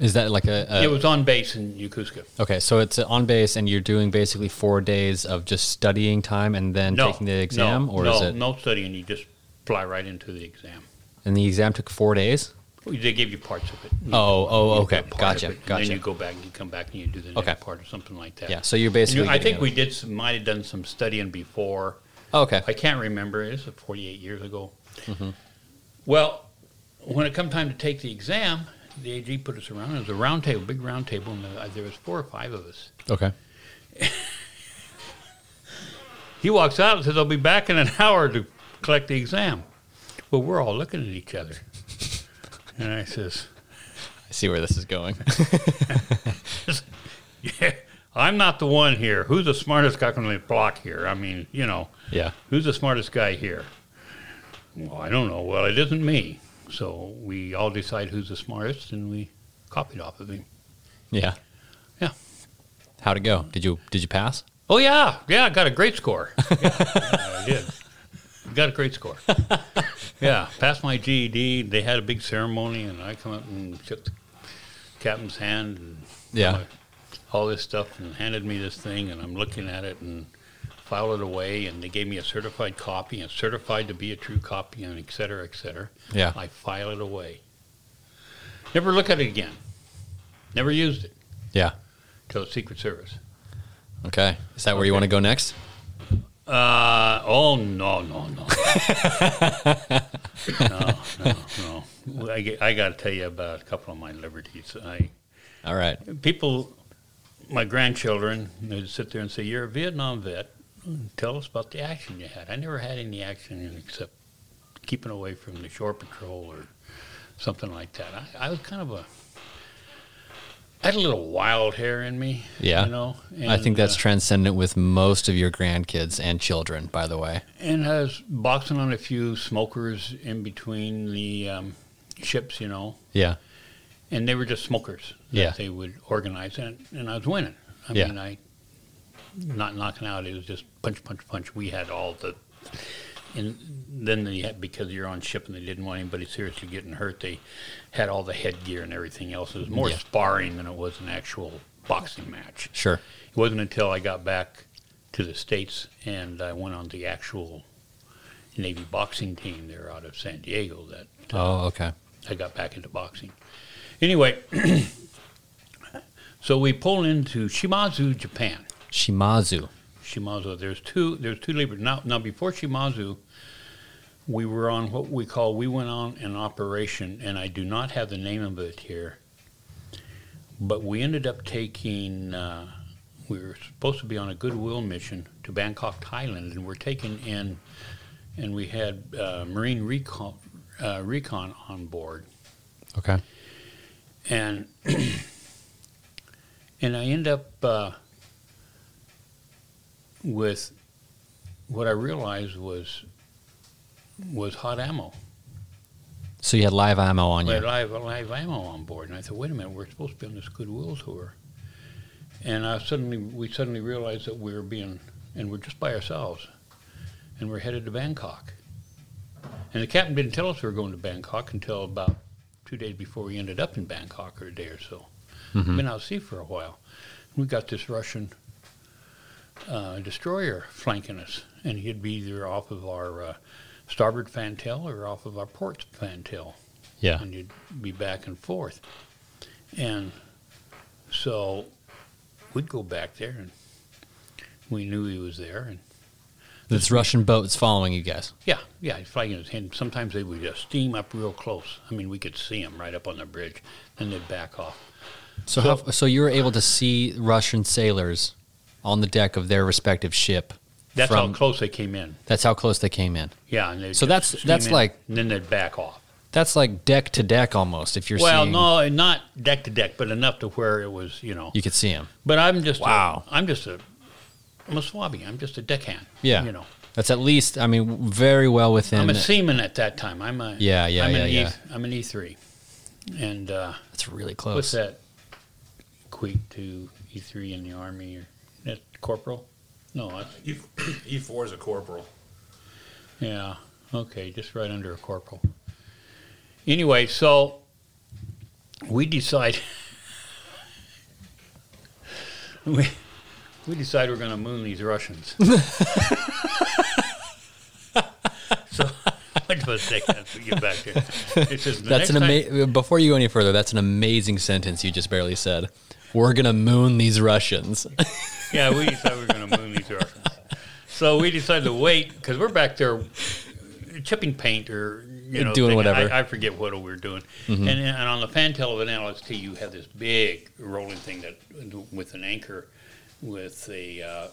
Is that like a, a it was on base in Yokosuka. okay? So it's on base, and you're doing basically four days of just studying time, and then taking the exam, no, or no, is it? no studying. You just fly right into the exam. And the exam took four days. They give you parts of it. Oh, oh, You okay. get part Gotcha, of it, And gotcha. then you go back and you come back and you do the next Okay. part or something like that. Yeah. So you're And you- basically. I think getting we did some, might have done some studying before. a- okay. I can't remember. It's 48 years ago. Mm-hmm. Well, when it come time to take the exam, the AG put us around. It was a round table, big round table, and uh, there- there was four or five of us. Okay. He walks out and says, I'll be back in an hour to collect the exam. Well, we're all looking at each other. and I says, I see where this is going. Yeah, I'm not the one here. Who's the smartest guy on the block here? I mean, you know, yeah. who's the smartest guy here? Well, I don't know. Well, it isn't me. So we all decide who's the smartest, and we copied off of him. Yeah. Yeah. How'd it go? Did you Did you pass? Oh yeah, yeah, I got a great score. Yeah, yeah, I did. Got a great score. yeah, passed my GED. They had a big ceremony, and I come up and shook the captain's hand. And Yeah. all this stuff and handed me this thing and I'm looking at it and filed it away and they gave me a certified copy and certified to be a true copy and et cetera, et cetera. Yeah. I file it away. Never look at it again. Never used it Yeah. till the Secret Service. Okay. Is that where you want to go next? Uh, oh no, no, no. no, no, no. Well, I, get- I got to tell you about a couple of my liberties. I All right. people, my grandchildren, they'd sit there and say, "You're a Vietnam vet. Tell us about the action you had." I never had any action except keeping away from the shore patrol or something like that. I, I was kind of a, I had a little wild hair in me. Yeah. you know. I think and, uh, that's transcendent with most of your grandkids and children, by the way. and I was boxing on a few smokers in between the um, ships, you know, Yeah. and they were just smokers that Yeah. they would organize, and, and I was winning. I Yeah. mean, I not knocking out. It was just punch, punch, punch. We had all the, and then they had because you're on ship and they didn't want anybody seriously getting hurt. They had all the headgear and everything else. It was more Yeah. sparring than it was an actual boxing match. Sure. It wasn't until I got back to the States and I went on the actual Navy boxing team there out of San Diego that Oh, okay. I got back into boxing. Anyway, so we pull into Shimazu, Japan. Shimazu. Shimazu, there's two there's two labor now now before Shimazu we were on what we call we went on an operation and I do not have the name of it here. But we ended up taking uh, we were supposed to be on a goodwill mission to Bangkok, Thailand, and we're taken in and we had uh, Marine recon uh, recon on board Okay. and and I end up uh, with what I realized was was hot ammo. So you had live ammo on We had you. live live ammo on board, and I thought, wait a minute, we're supposed to be on this goodwill tour, and I suddenly we suddenly realized that we were being and we're just by ourselves, and we're headed to Bangkok, and the captain didn't tell us we were going to Bangkok until about two days before we ended up in Bangkok or a day or so. Mm-hmm. Been out at sea for a while. We got this Russian uh, destroyer flanking us, and he'd be either off of our uh, starboard fantail or off of our port fantail Yeah. and you'd be back and forth. And So we'd go back there, and we knew he was there, and This Russian boat that's following you guys. yeah, yeah, he's flagging his hand. Sometimes they would just steam up real close. I mean, we could see him right up on the bridge, then they'd back off. So, how, so you were able to see Russian sailors on the deck of their respective ship. That's from, how close they came in. That's how close they came in. Yeah, and they'd So just that's- steam that's in, like- and then they'd back off. That's like deck to deck almost. If you're Well, seeing, no, not deck to deck, but enough to where it was, you know. you could see them. But I'm just Wow. A, I'm just a I'm a swabby. I'm just a deckhand. Yeah, you know. that's at least. I mean, very well within. I'm a seaman at that time. I'm a uh, Yeah, yeah, I'm an yeah, E, yeah. am an E three, and uh, that's really close. what's that? Equate to E three in the army or that corporal? No, that's, E E four is a corporal. yeah, okay, just right under a corporal. Anyway, so we decide we we decide we're going to moon these Russians. so. What was that? We get back there. It's just the next That's an time- amazing. Before you go any further, that's an amazing sentence you just barely said. We're gonna moon these Russians. yeah, we decided we were going to moon these orphans. So we decided to wait because we're back there chipping paint or you know Doing thing. whatever. Mm-hmm. I, I forget what we were doing. And, and on the fantail of an LST, you have this big rolling thing that with an anchor with a uh,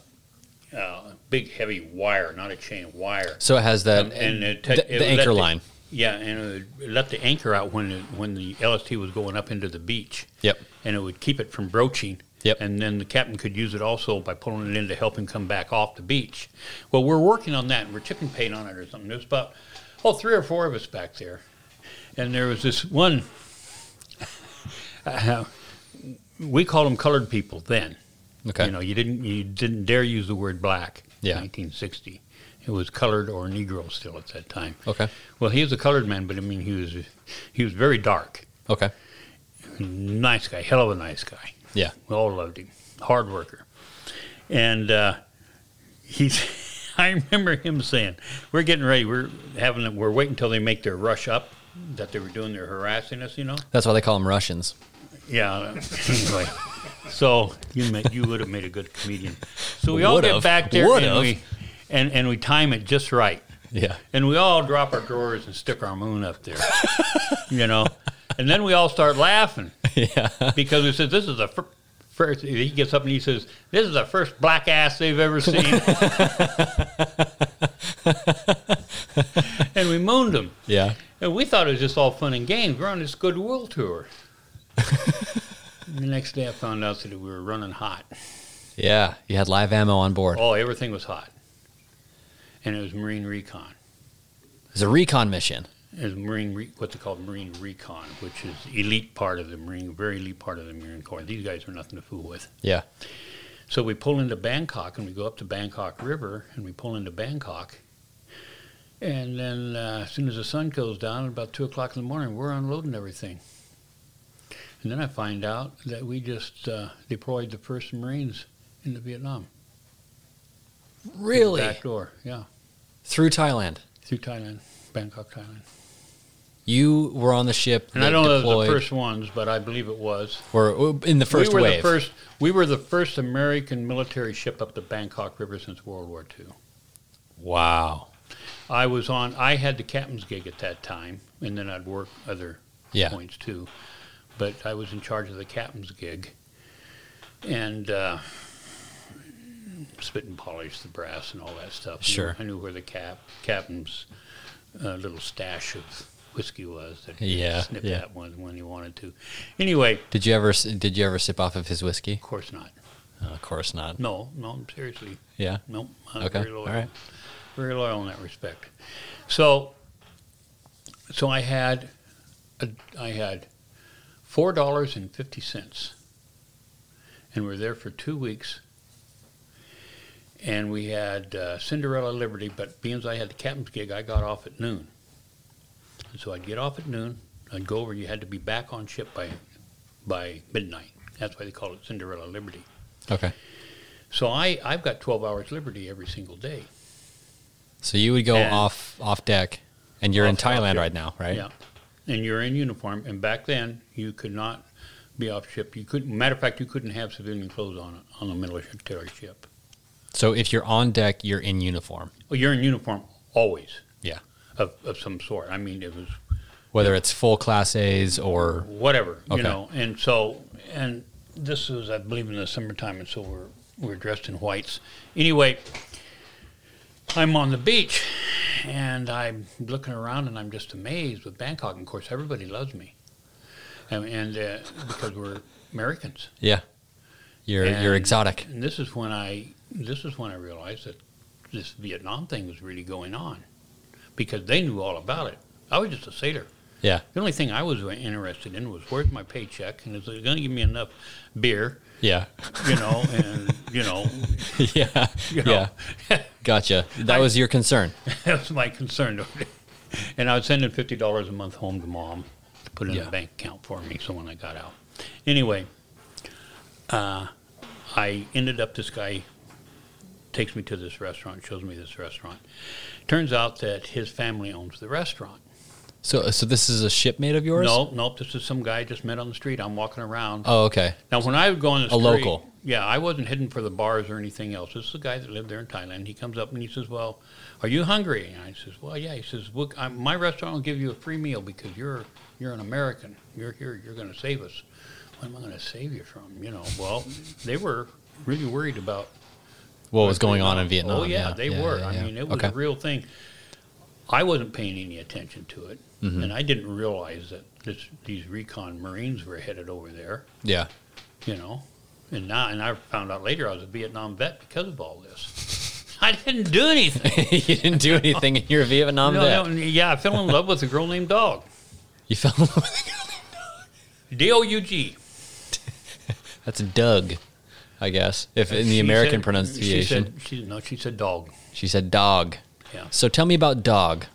uh, big heavy wire, not a chain wire. so it has that Um, and it the, took- it the let anchor the- line. Yeah, and it, would- it let the anchor out when it, when the LST was going up into the beach. Yep. And it would keep it from broaching. Yep. And then the captain could use it also by pulling it in to help him come back off the beach. Well, we're working on that, and we're chipping paint on it or something. There's about oh three or four of us back there, and there was this one. Uh, we called them colored people then. Okay. You know, you didn't you didn't dare use the word black. Yeah. 1960. It was colored or Negro still at that time. Okay. Well, he was a colored man, but I mean, he was he was very dark. Okay. Nice guy, hell of a nice guy. Yeah. We all loved him. Hard worker. And uh, he's. I remember him saying, "We're getting ready. We're having. We're waiting until they make their rush up that they were doing. They're harassing us, you know." That's why they call them Russians. Yeah. Anyway, so you ma- you would have made a good comedian. So we all Would've. get back there Would've. and we and, and we time it just right, Yeah. and we all drop our drawers and stick our moon up there, you know, and then we all start laughing Yeah. because we said this is the fir- first. He gets up and he says, "This is the first black ass they've ever seen," and we mooned him. Yeah. And we thought it was just all fun and games. We're on this goodwill tour. the next day, I found out that we were running hot. Yeah. You had live ammo on board. It Oh, everything was hot. And it was Marine Recon. was a recon mission. It was Marine, Re- what's it called, Marine Recon, which is elite part of the Marine, very elite part of the Marine Corps. These guys are nothing to fool with. Yeah. So we pull into Bangkok and we go up to Bangkok River and we pull into Bangkok. And then uh, as soon as the sun goes down, about 2 o'clock in the morning, we're unloading everything. And then I find out that we just uh, deployed the first Marines into Vietnam. through the Really? Back door, yeah. Through Thailand. Through Thailand, Bangkok, Thailand. You were on the ship. And that I don't know if it was deployed, the first ones, but I believe it was. Or in the first we were wave. The first, we were the first American military ship up the Bangkok River since World War II. Wow. I was on. I had the captain's gig at that time, and then I'd work other Yeah. points too. But I was in charge of the captain's gig, and uh, spit and polish the brass and all that stuff. Sure. I knew where the cap captain's uh, little stash of whiskey was that he Yeah, snipped yeah. at when when he wanted to. Anyway, Did you ever? s- Did you ever sip off of his whiskey? of course not. of course not. No, no, seriously. Yeah. Nope. I'm Okay. Very loyal. All right. Very loyal in that respect. So, so I had, a, I had four dollars and fifty cents, and we are there for two weeks. And we had uh, Cinderella Liberty, but being as I had the captain's gig, I got off at noon. And so I'd get off at noon. I'd go over. You had to be back on ship by, by midnight. That's why they call it Cinderella Liberty. Okay. So I, I've got 12 hours liberty every single day. So you would go And- off off deck, and you're in Off- off Thailand deck. right now, right? Yeah. And you're in uniform. And back then, you could not be off ship. You couldn't. Matter of fact, you couldn't have civilian clothes on on the military ship. So if you're on deck, you're in uniform, Well, you're in uniform always. Yeah. Of of some sort. I mean, it was whether it's full class A's or whatever Okay. you know. And so and this was, I believe, in the summertime, and so we're we're dressed in whites. Anyway, I'm on the beach, and I'm looking around, and I'm just amazed with Bangkok. And of course, everybody loves me, and, and uh, because we're Americans. yeah, you're you're And- exotic. And this is when I this is when I realized that this Vietnam thing was really going on because they knew all about it. I was just a sailor. Yeah. The only thing I was interested in was where's my paycheck and is it going to give me enough beer, Yeah, you know, and you know, yeah, you know. yeah. Gotcha. That was your concern. that was my concern. and I was sending fifty dollars a month home to mom to put in Yeah. a bank account for me. So when I got out, anyway, uh, I ended up. This guy takes me to this restaurant, shows me this restaurant. Turns out that his family owns the restaurant. So so this is a shipmate of yours? Nope, nope. This is some guy I just met on the street. I'm walking around. Oh, okay. Now, when I would go on the A street, local. yeah, I wasn't heading for the bars or anything else. This is a guy that lived there in Thailand. He comes up and he says, "Well, are you hungry?" And I says, "Well, yeah." He says, "Look, I, my restaurant will give you a free meal because you're you're an American. You're here. You're going to save us. What am I going to save you from? You know?" Well, they were really worried about What was going on in Vietnam? Oh yeah, they were. I mean, it was okay. a real thing. I wasn't paying any attention to it, Mm-hmm. and I didn't realize that this, these recon Marines were headed over there yeah. you know. And now, and I found out later I was a Vietnam vet because of all this. I didn't do anything. you didn't do anything in your Vietnam No, vet. no, and yeah, I fell in love with a girl named Dog. You fell in love with D O U G. That's Doug, I guess, Uh, if in the American pronunciation. She said, she, no, she said dog. She said dog. Yeah, So tell me about dog.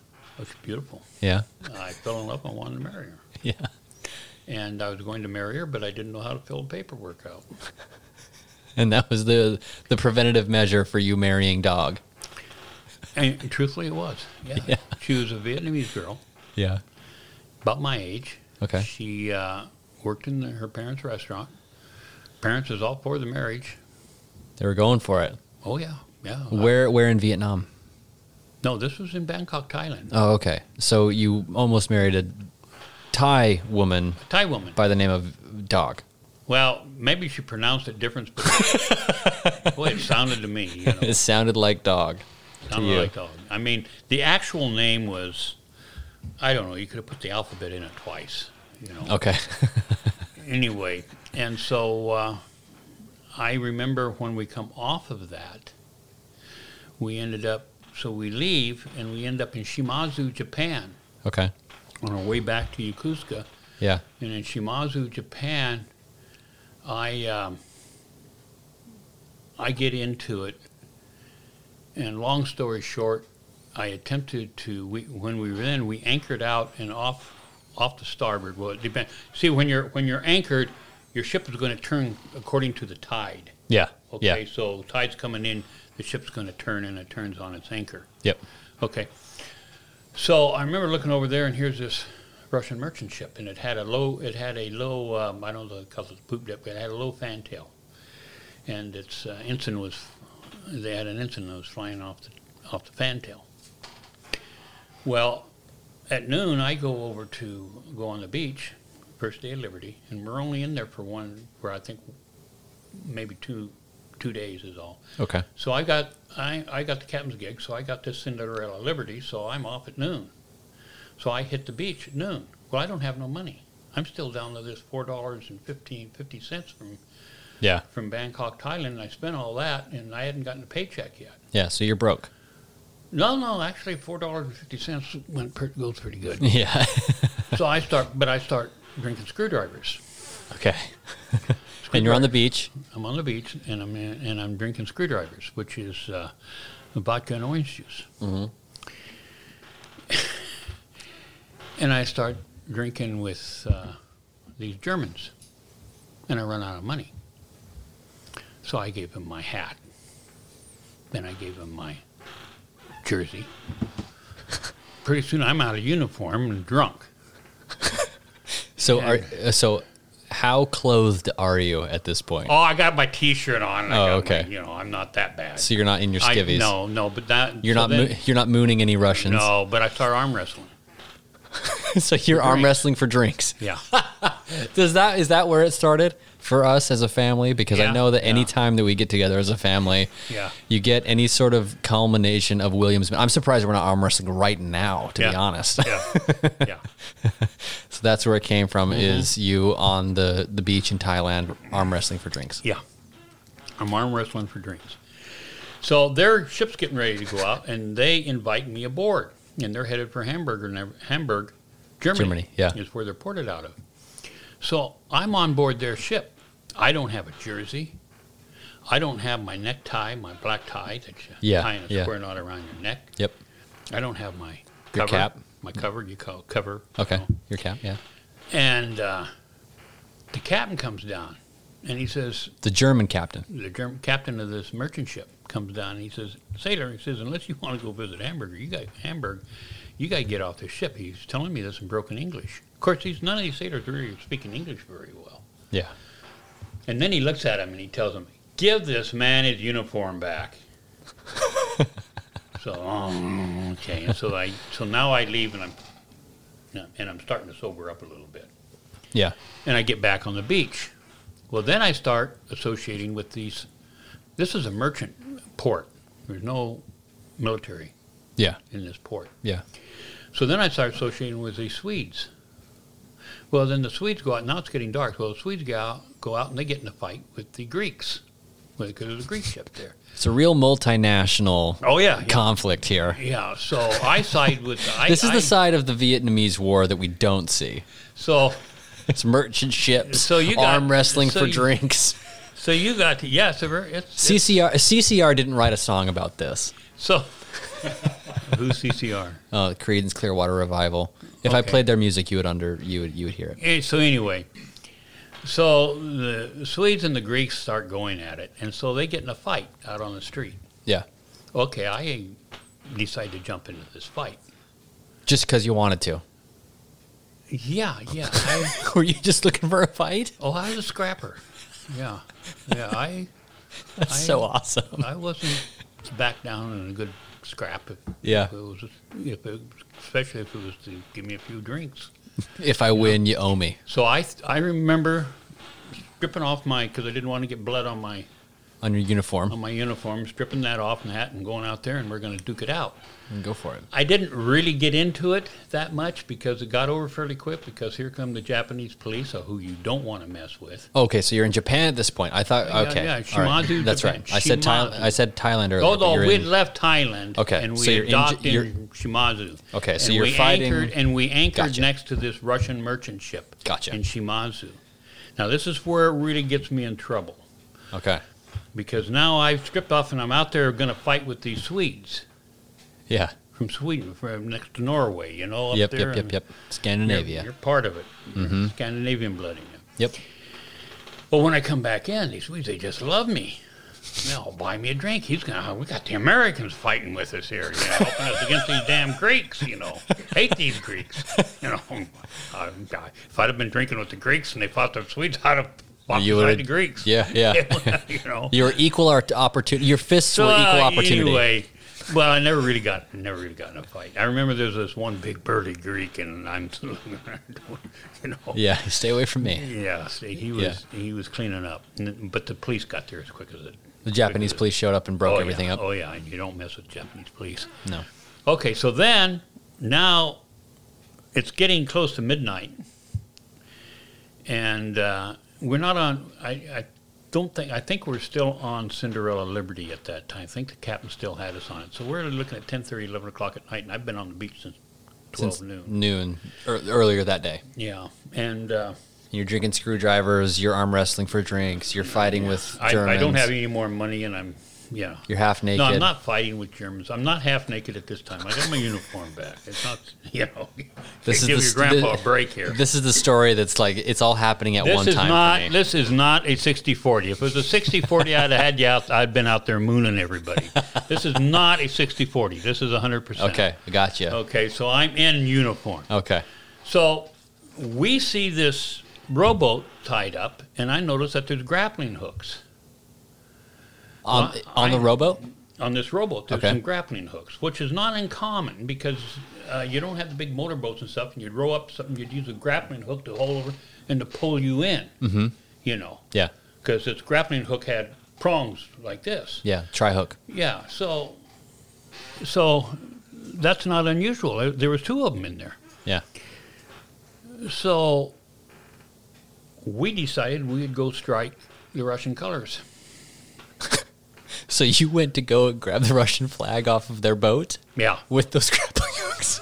oh, she's beautiful. Yeah. I fell in love. I wanted to marry her, Yeah. and I was going to marry her, but I didn't know how to fill the paperwork out. And that was the the preventative measure for you marrying dog. And truthfully, it was. Yeah, Yeah. she was a Vietnamese girl, Yeah. about my age. Okay. She uh, worked in the, her parents' restaurant. Parents was all for the marriage. They were going for it. Oh yeah, yeah. Where where in Vietnam? No, this was in Bangkok, Thailand. Oh, okay. So you almost married a Thai woman Thai woman. by the name of Dog. Well, maybe she pronounced it different. But boy, it sounded to me. You know, It sounded like Dog. sounded you. like dog. I mean, the actual name was, I don't know. You could have put the alphabet in it twice. You know. Okay. Oh. Anyway, and so uh, I remember when we come off of that, we ended up. So we leave and we end up in Shimazu, Japan, okay. on our way back to Yokosuka. Yeah. And in Shimazu, Japan, I um, I get into it. And long story short, I attempted to. We, when we were in, we anchored out and off off the starboard. Well, it depends. See, when you're when you're anchored, your ship is going to turn according to the tide. Yeah. Okay, Yeah. so tide's coming in, the ship's going to turn, and it turns on its anchor. Yep. Okay. So I remember looking over there, and here's this Russian merchant ship, and it had a low, it had a low, um, I don't know the color of the poop deck, but it had a low fantail, and its uh, ensign was, they had an ensign that was flying off the off the fantail. Well, at noon I go over to go on the beach, first day of Liberty, and we're only in there for one, for I think maybe two two days is all. Okay. So I got I, I got the captain's gig, so I got this Cinderella Liberty, so I'm off at noon. So I hit the beach at noon. Well, I don't have no money. I'm still down to this four dollars and fifteen fifty cents from Yeah. from Bangkok, Thailand. And I spent all that, and I hadn't gotten a paycheck yet. Yeah. So you're broke. No, no, actually, four dollars and fifty cents went per, goes pretty good. Yeah. so I start, but I start drinking screwdrivers. okay. and you're on the beach. I'm on the beach, and I'm in, and I'm drinking screwdrivers, which is uh, vodka and orange juice. Mm-hmm. and I start drinking with uh, these Germans, and I run out of money. So I gave him my hat. Then I gave him my jersey. Pretty soon I'm out of uniform and drunk. So Yeah. are uh, so how clothed are you at this point? Oh, I got my T-shirt on. and I Oh, got my- okay. you know, I'm not that bad. So you're not in your I- skivvies. no, no, but that You're so not then- mo- you're not mooning any Russians. no, but I started arm wrestling. so you're arm drinks. wrestling for drinks. Yeah, Does that is that where it started for us as a family? Because I Yeah, know that any yeah. time that we get together as a family, Yeah. you get any sort of culmination of Williams. I'm surprised we're not arm wrestling right now, to be Yeah. honest. yeah, yeah. so that's where it came from. Mm-hmm. Is you on the the beach in Thailand arm wrestling for drinks? Yeah. I'm arm wrestling for drinks. So their ship's getting ready to go out, and they invite me aboard. And they're headed for Hamburg, or Hamburg, Germany. Germany, yeah. Is where they're ported out of. So I'm on board their ship. I don't have a jersey. I don't have my necktie, my black tie that you Yeah, tie in a yeah. square knot around your neck. Yep. I don't have my Your cover, cap. My cover, you call it cover. you Okay. know. Your cap. Yeah. And uh, the captain comes down, and he says, The German captain. the German captain of this merchant ship comes down and he says, "Sailor," he says, "unless you want to go visit Hamburg, you got Hamburg, you got to get off this ship." He's telling me this in broken English. Of course, these none of these sailors really speaking English very well. Yeah. And then he looks at him and he tells him, "Give this man his uniform back." so oh, okay, and so I so now I leave and I'm and I'm starting to sober up a little bit Yeah. and I get back on the beach. Well, then I start associating with these. This is a merchant port. There's no military Yeah. in this port. Yeah. So then I start associating with these Swedes. Well, then the Swedes go out. Now it's getting dark. Well, the Swedes go out, go out and they get in a fight with the Greeks because there's a Greek ship there. It's a real multinational Oh, yeah. Yeah. conflict here. yeah so I side with. I, This is I- the side of the Vietnamese War that we don't see. So, It's merchant ships. So you got- arm wrestling so for you- drinks. so you got to. Yes, it's. it's CCR CCR didn't write a song about this. so, who's CCR? Uh, Creedence Clearwater Revival. If I Okay. played their music, you would under you would you would hear it. Eh, so anyway, so the Swedes and the Greeks start going at it, and so they get in a fight out on the street. Yeah, Okay, I decide to jump into this fight. just because you wanted to. Yeah, yeah. I, Were you just looking for a fight? oh, I was a scrapper. Yeah, yeah. I That's I- so awesome. I wasn't back down in a good scrap. If, Yeah. If it was, if it, especially if it was to give me a few drinks. If I win, you owe me So I I remember stripping off my because I didn't want to get blood on my on your uniform. on my uniform, stripping that off and hat, and going out there, and we're going to duke it out. Go for it. I didn't really get into it that much because it got over fairly quick. Because here come the Japanese police, uh, who you don't want to mess with. Okay, so you're in Japan at this point. I thought Yeah, okay, yeah, all Shimazu, That's Japan. right. I said Thailand. Shimazu. I said Thailand earlier. but Although you're we in- left Thailand, Okay, and so we you're in J- docked in, you're- Shimazu. Okay, so and you're we fighting- anchored, and we anchored Gotcha. next to this Russian merchant ship. Gotcha. In Shimazu. Now this is where it really gets me in trouble okay. because now I've stripped off and I'm out there going to fight with these Swedes Yeah. from Sweden, from next to Norway. You know, up Yep. there Yep. Yep. and- Yep. You're- Scandinavia. Mm-hmm. You're, part of it. You're Scandinavian blood in you. Yep. But when I come back in, these Swedes, they just love me. They'll buy me a drink. He's gonna. "Oh, We got the Americans fighting with us here, you know, helping us against these damn Greeks. You know, hate these Greeks. You know, oh I, I- if I'd have been drinking with the Greeks and they fought the Swedes, I'd have fought You beside would've- the Greeks. Yeah. Yeah. you know. Your equal art- opportunity. Your fists were uh, equal opportunity. Anyway, well, I never really got never really got in a fight. I remember there was this one big birdie Greek, and I'm, you know, Yeah, stay away from me. Yeah, see, he was he was cleaning up, N- but the police got there as quick as it. The Japanese police showed up and broke oh, everything yeah. up. Oh yeah, and you don't mess with Japanese police. No. Okay, so then now it's getting close to midnight, and uh, we're not on. I, I don't think I think we're still on Cinderella Liberty at that time. I think the captain still had us on it. So we're looking at 10, 11 o'clock at night, and I've been on the beach since twelve Since noon. noon ear- earlier that day. Yeah, and. Uh, You're drinking screwdrivers, you're arm wrestling for drinks, you're fighting with I, Germans. I don't have any more money, and I'm yeah. You're half naked. No, I'm not fighting with Germans. I'm not half naked at this time. I got my uniform back. It's not you know. This is give your the st- grandpa the- a break here. This is the story that's like it's all happening at This one is time not. for me. This is not a 60-40. If it was a 60-40, I'd have had you out. I'd been out there mooning everybody. this is not a 60-40. This is hundred percent. Okay, I gotcha. Okay. So I'm in uniform. Okay. So we see this rowboat tied up, and I noticed that there's grappling hooks on, Well, on the I- rowboat. on this rowboat. There's Okay. some grappling hooks, which is not uncommon because uh, you don't have the big motorboats and stuff, and you'd row up something, you'd use a grappling hook to hold over and to pull you in. Mm-hmm. You know, Yeah, because this grappling hook had prongs like this. yeah. Try hook. Yeah, so so that's not unusual. There- There was two of them in there. Yeah, So we decided we'd go strike the Russian colors. So you went to go and grab the Russian flag off of their boat Yeah, with those grappling hooks.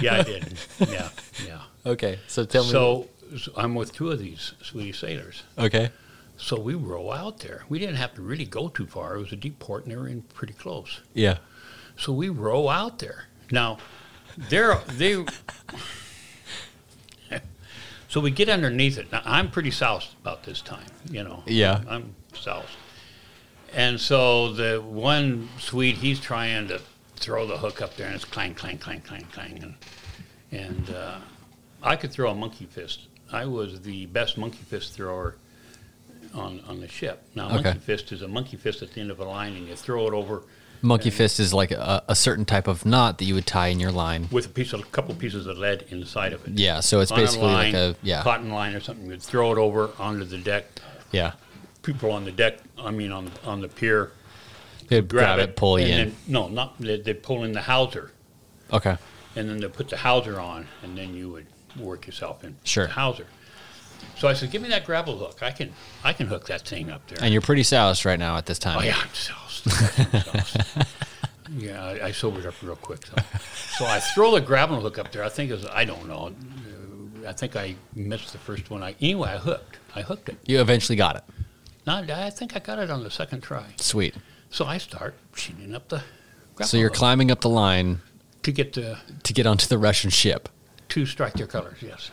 yeah, I did. Yeah, yeah. Okay, so tell me. So, so I'm with two of these Swedish sailors. okay, So we row out there. We didn't have to really go too far. It was a deep port, and they were in pretty close. yeah, So we row out there. Now, they're they. so we get underneath it. Now I'm pretty soused about this time, you know. Yeah. I'm, I'm soused. And so the one Swede, he's trying to throw the hook up there, and it's clang, clang, clang, clang, clang, and and uh, I could throw a monkey fist. I was the best monkey fist thrower on on the ship. Now, Okay. monkey fist is a monkey fist at the end of a line, and you throw it over. monkey fist is like a, a certain type of knot that you would tie in your line. with a piece of a couple pieces of lead inside of it. Yeah, so it's On a basically like line, a yeah, cotton line or something. You'd throw it over onto the deck. yeah. People on the deck, I mean on on the pier, They'd grab, it, pull you and in. Then, no, not they, they pull in the hawser, okay, and then they put the hawser on, and then you would work yourself in Sure. the hawser. So I said, "Give me that grapple hook. I can I can hook that thing up there." and you're pretty soused right now at this time. Oh yeah, I'm soused. I'm soused. yeah, I, I sobered up real quick. So, so I throw the grappling hook up there. I think it was, I don't know. uh, I think I missed the first one. I anyway, I hooked. I hooked it. You eventually got it. No, I think I got it on the second try. Sweet. So I start shooting up the. Grappling So you're hook climbing up the line to get the to get onto the Russian ship. two strike their colors. Yes,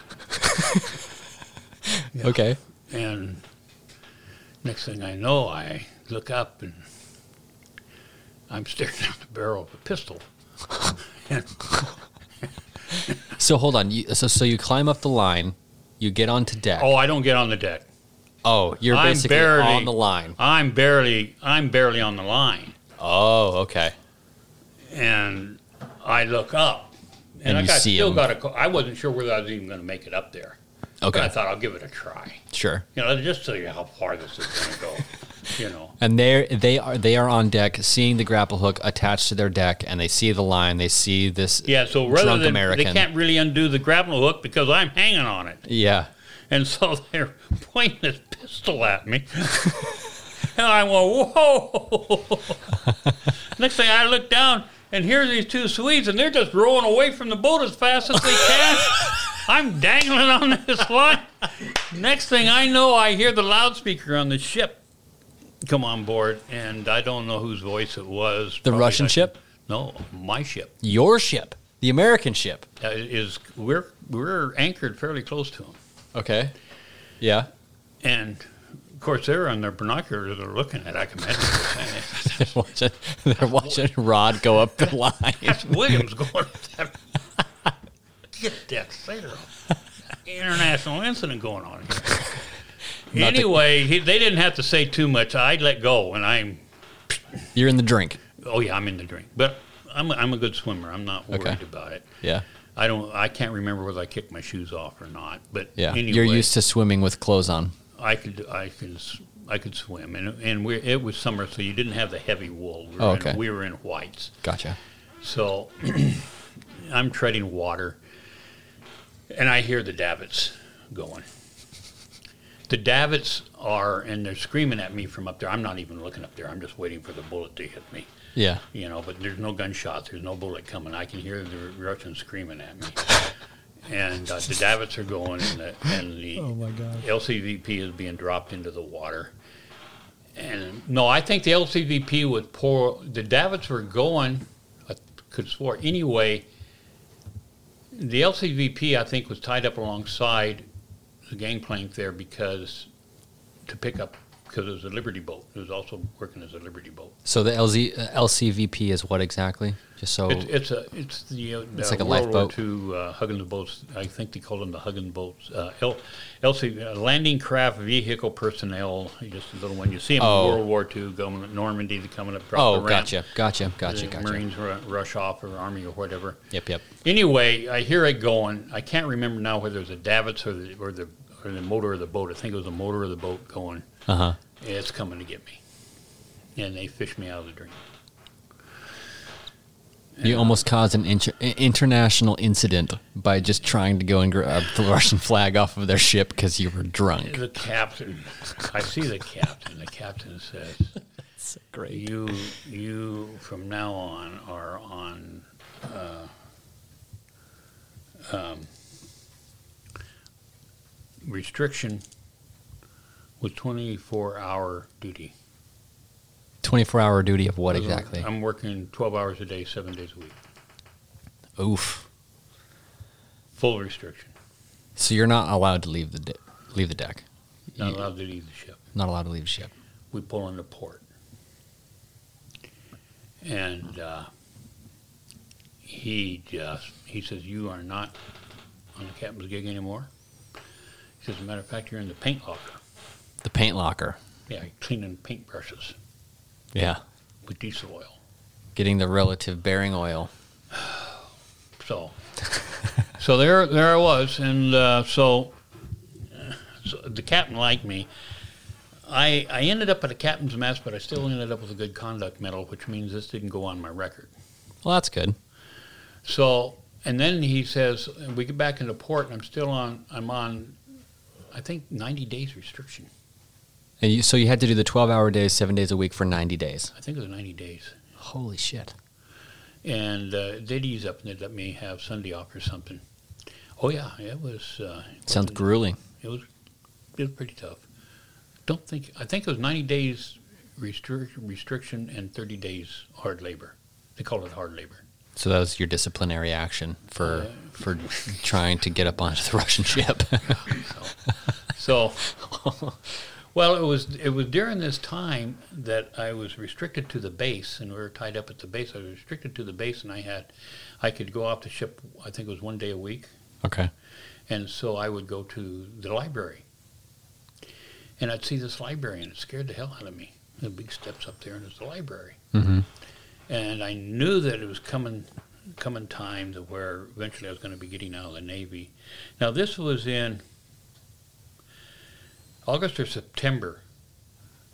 Okay. and next thing I know, I look up and I'm staring down the barrel of a pistol. So hold on. You, so so you climb up the line, you get onto deck. Oh, I don't get on the deck. Oh, you're I'm basically barely- on the line. I'm barely I'm barely on the line, Oh, okay. and I look up, and, And I you got, see still him. got a. co- I wasn't sure whether I was even going to make it up there. But I Okay. thought I'll give it a try. Sure. You know, just to show you how far this is going to go. you know, And they they are they are on deck, seeing the grapple hook attached to their deck, and they see the line. They see this. yeah. So rather Drunk than they American. can't really undo the grapnel hook because I'm hanging on it, Yeah. and so they're pointing this pistol at me. And I went, whoa! Next thing I look down, and here are these two Swedes, and they're just rolling away from the boat as fast as they can. I'm dangling on this line. Next thing I know, I hear the loudspeaker on the ship come on board, and I don't know whose voice it was. The Probably Russian like- ship? No, my ship. Your ship, the American ship. Uh, is we're we're anchored fairly close to them, Okay. Yeah. and of course they're on their binoculars. They're looking at. I can imagine. they're saying, They're watching, they're watching Rod go up the line. That's Williams going up there. Get that sailor. International incident going on here. Not the- anyway, he, they didn't have to say too much. I let go, and I'm. You're in the drink. Oh yeah, I'm in the drink, but I'm I'm a good swimmer. I'm not worried Okay. about it. Yeah. I don't. I can't remember whether I kicked my shoes off or not. But Yeah. anyway, You're used to swimming with clothes on. I could I could s- I could swim, and and we it was summer, so you didn't have the heavy wool. We were Oh, in- okay. we were in whites. Gotcha. So I'm treading water, and I hear the davits going. The davits are, and they're screaming at me from up there. I'm not even looking up there. I'm just waiting for the bullet to hit me, Yeah. you know. But there's no gunshot. There's no bullet coming. I can hear the Russians screaming at me, and uh, the davits are going, and the, and the LCVP is being dropped into the water. And no, I think the LCVP was poor. The davits were going. I could swear anyway. The LCVP I think was tied up alongside the gangplank there because to pick up because it was a Liberty boat. It was also working as a Liberty boat. So the LZ, uh, LCVP is what exactly? Just so It's, it's a it's the uh, It's uh, like a World War lifeboat. II uh, Huggins boats. I think they call them the Huggins boats. Uh, L, LC uh, landing craft vehicle personnel. Just a little one you see them Oh. in World War II going up Normandy. They're coming up. drop oh, the ramp. gotcha, gotcha, The gotcha, gotcha. Marines ru- rush off or army or whatever. Yep, yep. Anyway, I hear it going. I can't remember now whether it was the davits or the or the or the motor of the boat. I think it was the motor of the boat going. Uh huh. It's coming to get me, and they fish me out of the drink. You almost caused an inter- i- international incident by just trying to go and grab the Russian flag off of their ship because you were drunk. The captain. I see the captain. The captain says, Great. "You, you, from now on are on." um, Uh, um, restriction with 24 hour duty. 24 hour duty of what exactly? I'm working 12 hours a day, seven days a week. Oof. Full restriction. So you're not allowed to leave the de- leave the deck. Not You- allowed to leave the ship. Not allowed to leave the ship. we pull into port. And uh, he just, he says, You are not on the captain's gig anymore. He says, As a matter of fact, you're in the paint locker. The paint locker. Yeah, cleaning paintbrushes Yeah. with diesel oil. Getting the relative bearing oil. So, so there, there I was, and uh, so, so the captain liked me. I, I ended up at a captain's mess, but I still ended up with a good conduct medal, which means this didn't go on my record. Well, that's good. So, and then he says, and we get back into port, and I'm still on, I'm on, I think 90 days restriction. And you, so you had to do the 12 hour days, seven days a week for 90 days. I think it was 90 days. Holy shit. And uh, they'd ease up and they'd let me have Sunday off or something. Oh, yeah, it was, uh, Sounds grueling. it was, it was pretty tough. Don't think, I think it was 90 days restric- restriction and 30 days hard labor. They call it hard labor. So that was your disciplinary action for for trying to get up onto the Russian ship. So, well, it was it was during this time that I was restricted to the base, and we were tied up at the base. I was restricted to the base, and I had, I could go off the ship. I think it was one day a week, okay. and so I would go to the library, and I'd see this library, and it scared the hell out of me. The big steps up there, and it's the library, Mm-hmm. and I knew that it was coming, coming time to where eventually I was going to be getting out of the Navy. Now this was in August or September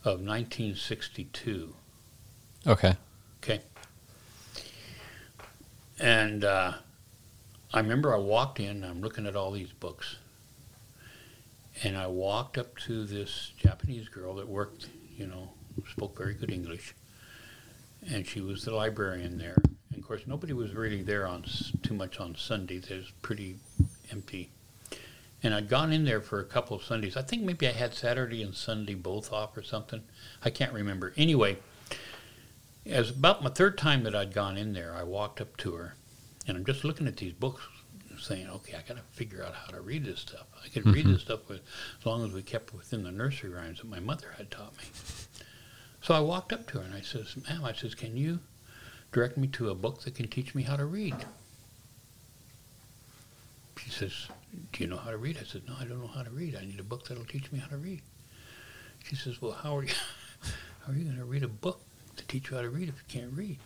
of 1962, Okay. and uh, I remember I walked in. I'm looking at all these books, and I walked up to this Japanese girl that worked, you know, spoke very good English, and she was the librarian there. And of course, nobody was really there on s- too much on Sundays. It was pretty empty. And I'd gone in there for a couple of Sundays. I think maybe I had Saturday and Sunday both off or something. I can't remember. Anyway, as about my third time that I'd gone in there, I walked up to her, and I'm just looking at these books, saying, "Okay, I got to figure out how to read this stuff. I could read this stuff with, as long as we kept within the nursery rhymes that my mother had taught me." So I walked up to her and I says, "Ma'am, I says, can you direct me to a book that can teach me how to read?" She says, "Do you know how to read?" I said, "No, I don't know how to read. I need a book that'll teach me how to read." She says, "Well, how are you? How are you going to read a book?" to teach you how to read if you can't read.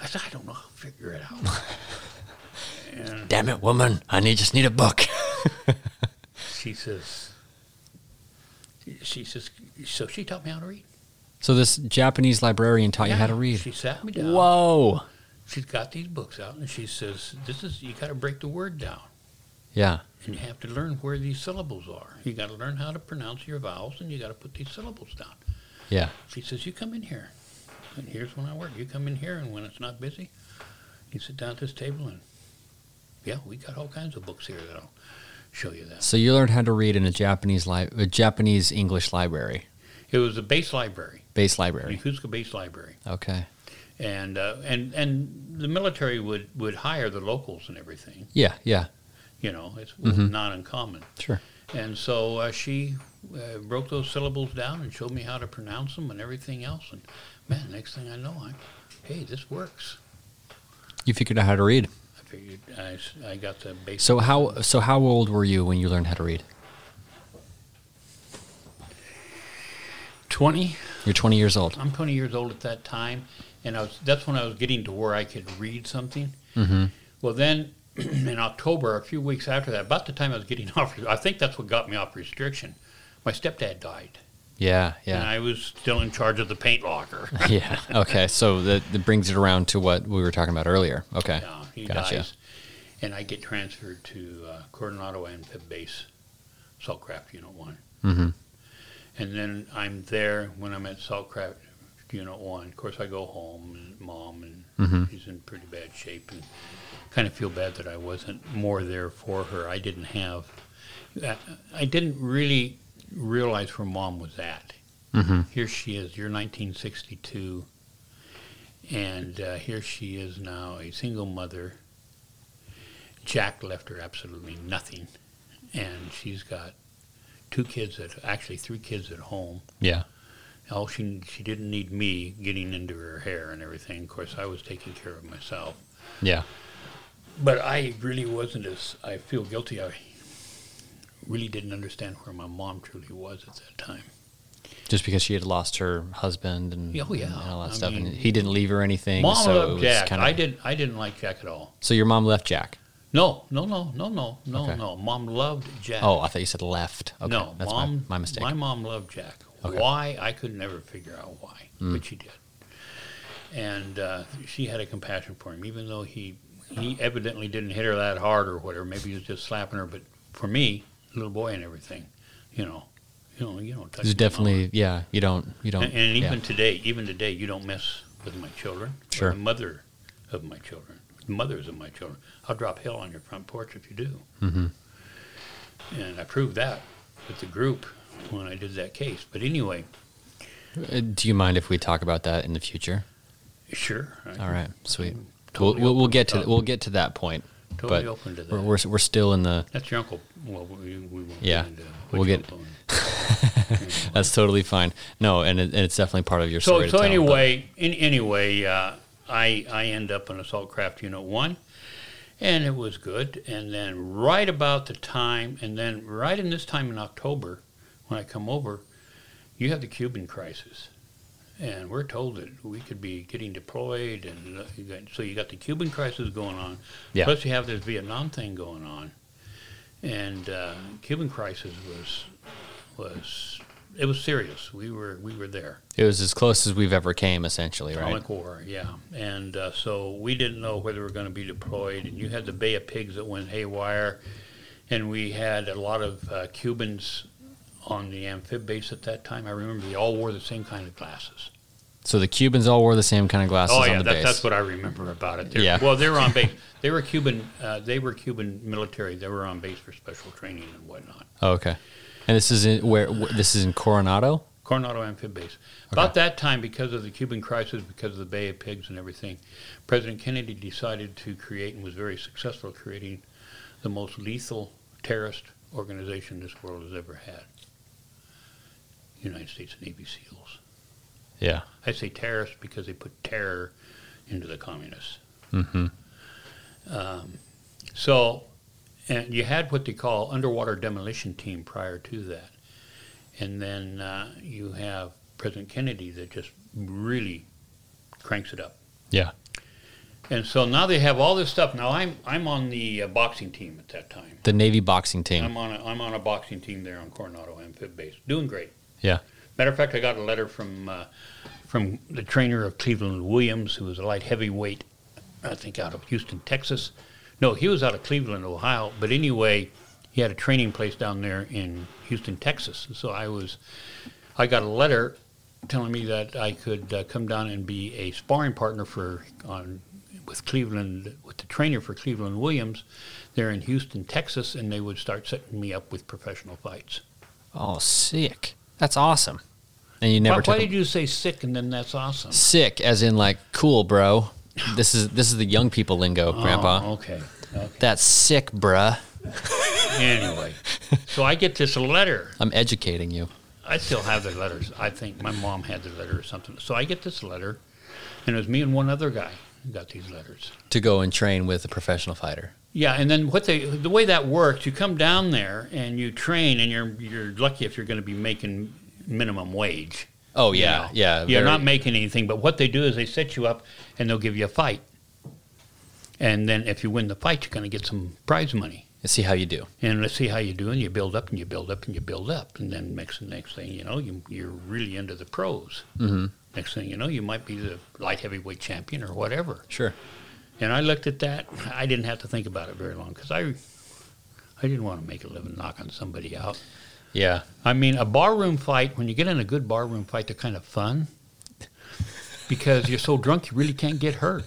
I said, I don't know. I'll figure it out. and Damn it, woman! I need just need a book. she says, she says, so she taught me how to read. So this Japanese librarian taught Oh, you how to Yeah. read. She sat me down. Whoa. She's got these books out and she says, this is, you got to break the word down. Yeah. And you have to learn where these syllables are. You got to learn how to pronounce your vowels and you got to put these syllables down. Yeah. She says, You come in here. And here's when I work. You come in here, and when it's not busy, you sit down at this table, and yeah, we got all kinds of books here that'll show you that. So you learned how to read in a Japanese li- a Japanese English library, It was the base library, base the library. Yokosuka base library. Okay. And, uh, and, and the military would, would hire the locals and everything. Yeah. Yeah. You know, it's Mhm. not uncommon. Sure. And so uh, she uh, broke those syllables down and showed me how to pronounce them and everything else. And man, next thing I know, I'm, hey, this works. You figured out how to read. I figured I, s- I got the basic. So how so how old were you when you learned how to read? 20. You're 20 years old. I'm 20 years old at that time, and I was, that's when I was getting to where I could read something. Mhm. Well, then in October, a few weeks after that, about the time I was getting off, I think that's what got me off restriction. My stepdad died, Yeah, and yeah, I was still in charge of the paint locker. yeah. Okay, so that, that brings it around to what we were talking about earlier. Okay, Yeah, he Gotcha. dies, and I get transferred to uh, Coronado and Pip Base, Saltcraft Unit One, hmm and then I'm there when I'm at Saltcraft Unit One. Of course, I go home, and mom, and Mhm. she's in pretty bad shape, and kind of feel bad that I wasn't more there for her. I didn't have, I- I didn't really realize where mom was at. hmm Here she is. You're 1962, and uh, here she is now, a single mother. Jack left her absolutely nothing, and she's got two kids that actually three kids at home. yeah, Oh, she she didn't need me getting into her hair and everything. Of course, I was taking care of myself, yeah, but I really wasn't as I feel guilty. I really didn't understand where my mom truly was at that time. just because she had lost her husband and, Yeah, oh, yeah. and all that I stuff, mean- and he didn't leave her anything. Mom so it loved was Jack. Kinda, I didn't. I didn't like Jack at all. So your mom left Jack. No, no, no, no, no, no, Okay. no. Mom loved Jack. Oh, I thought you said left. Okay, no, that's my- mom. my, mistake. My mom loved Jack. Okay. Hmm. Why I could never figure out why, but she did. And uh, she had a compassion for him, even though he he evidently didn't hit her that hard or whatever. Maybe he was just slapping her. But for me, little boy and everything, you know, you know, you don't touch. It's my mama. definitely yeah. You don't you don't And, and Um, yeah. even today, even today, you don't mess with my children. or Sure. The mother of my children, mothers of my children. I'll drop hell on your front porch if you do. Mhm. And I proved that with the group when I did that case. But anyway, Uh, Do you mind if we talk about that in the future? sure. I- All right, sweet. We'll, Totally we'll, we'll open get to to that. we'll get to that point. Totally but open to that. We're, we're we're still in the That's your uncle. Well, we, we won't Yeah, Get into we'll which get- uncle. That's totally fine. No, and, it, and it's definitely part of your So story. so to tell, anyway, in, anyway, uh, I I end up in Assault Craft Unit One, and it was good. And then right about the time, and then right in this time in October, when I come over, you have the Cuban crisis, and we're told that we could be getting deployed, and uh, you got- so you got the Cuban crisis going on. Yeah. Plus you have this Vietnam thing going on, and uh, Cuban crisis was was. It was serious. We were we were there. But it was as close as we've ever came, essentially, right? Atomic war, yeah. And uh, so we didn't know whether we were going to be deployed. And you had the Bay of Pigs that went haywire. And we had a lot of uh, Cubans on the amphib base at that time. I remember they all wore the same kind of glasses. So the Cubans all wore the same kind of glasses oh, on yeah, the that, base. that's what I remember about it. They- Yeah. Well, they were on base. They were Cuban. Uh, they were Cuban military. They were on base for special training and whatnot. oh, okay. And this is in where wh- this is in Coronado. Coronado Amphib Base. About that time, because of the Cuban crisis, because of the Bay of Pigs and everything, President Kennedy decided to create and was very successful at creating the most lethal terrorist organization this world has ever had. United States Navy SEALs. Yeah. I say terrorist because they put terror into the communists. Mm-hmm. Um, so, and you had what they call underwater demolition team prior to that, and then uh, you have President Kennedy that just really cranks it up. Yeah. And so now they have all this stuff. Now I'm I'm on the uh, boxing team at that time. The Navy boxing team. I'm on a, I'm on a boxing team there on Coronado Amphib Base, doing great. Yeah. Matter of fact, I got a letter from uh, from the trainer of Cleveland Williams, who was a light heavyweight, I think, out of Houston, Texas. No, he was out of Cleveland, Ohio. But anyway, he had a training place down there in Houston, Texas. So I was, I got a letter telling me that I could uh, come down and be a sparring partner for on with Cleveland with the trainer for Cleveland Williams. They're in Houston, Texas, and they would start setting me up with professional fights. Oh, sick. That's awesome. And you never why, took why a- did you say sick and then that's awesome? sick as in like cool, bro. This is this is the young people lingo, Grandpa. Oh, okay. okay. That's sick, bruh. anyway, so I get this letter. I'm educating you. I still have the letters. I think my mom had the letter or something. So I get this letter, and it was me and one other guy who got these letters. to go and train with a professional fighter. Yeah, and then what they the way that works, you come down there and you train, and you're you're lucky if you're going to be making minimum wage. Oh you yeah, know. yeah. You're very- not making anything, but what they do is they set you up and they'll give you a fight, and then if you win the fight, you're going to get some prize money. see how you do. and let's see how you do. And you build up and you build up and you build up, and then next next thing you know, you, you're really into the pros. Mhm. Next thing you know, you might be the light heavyweight champion or whatever. Sure. And I looked at that. I didn't have to think about it very long because I, I didn't want to make a living knocking somebody out. Yeah. I mean, a barroom fight. When you get in a good barroom fight, they're kind of fun. Because you're so drunk, you really can't get hurt.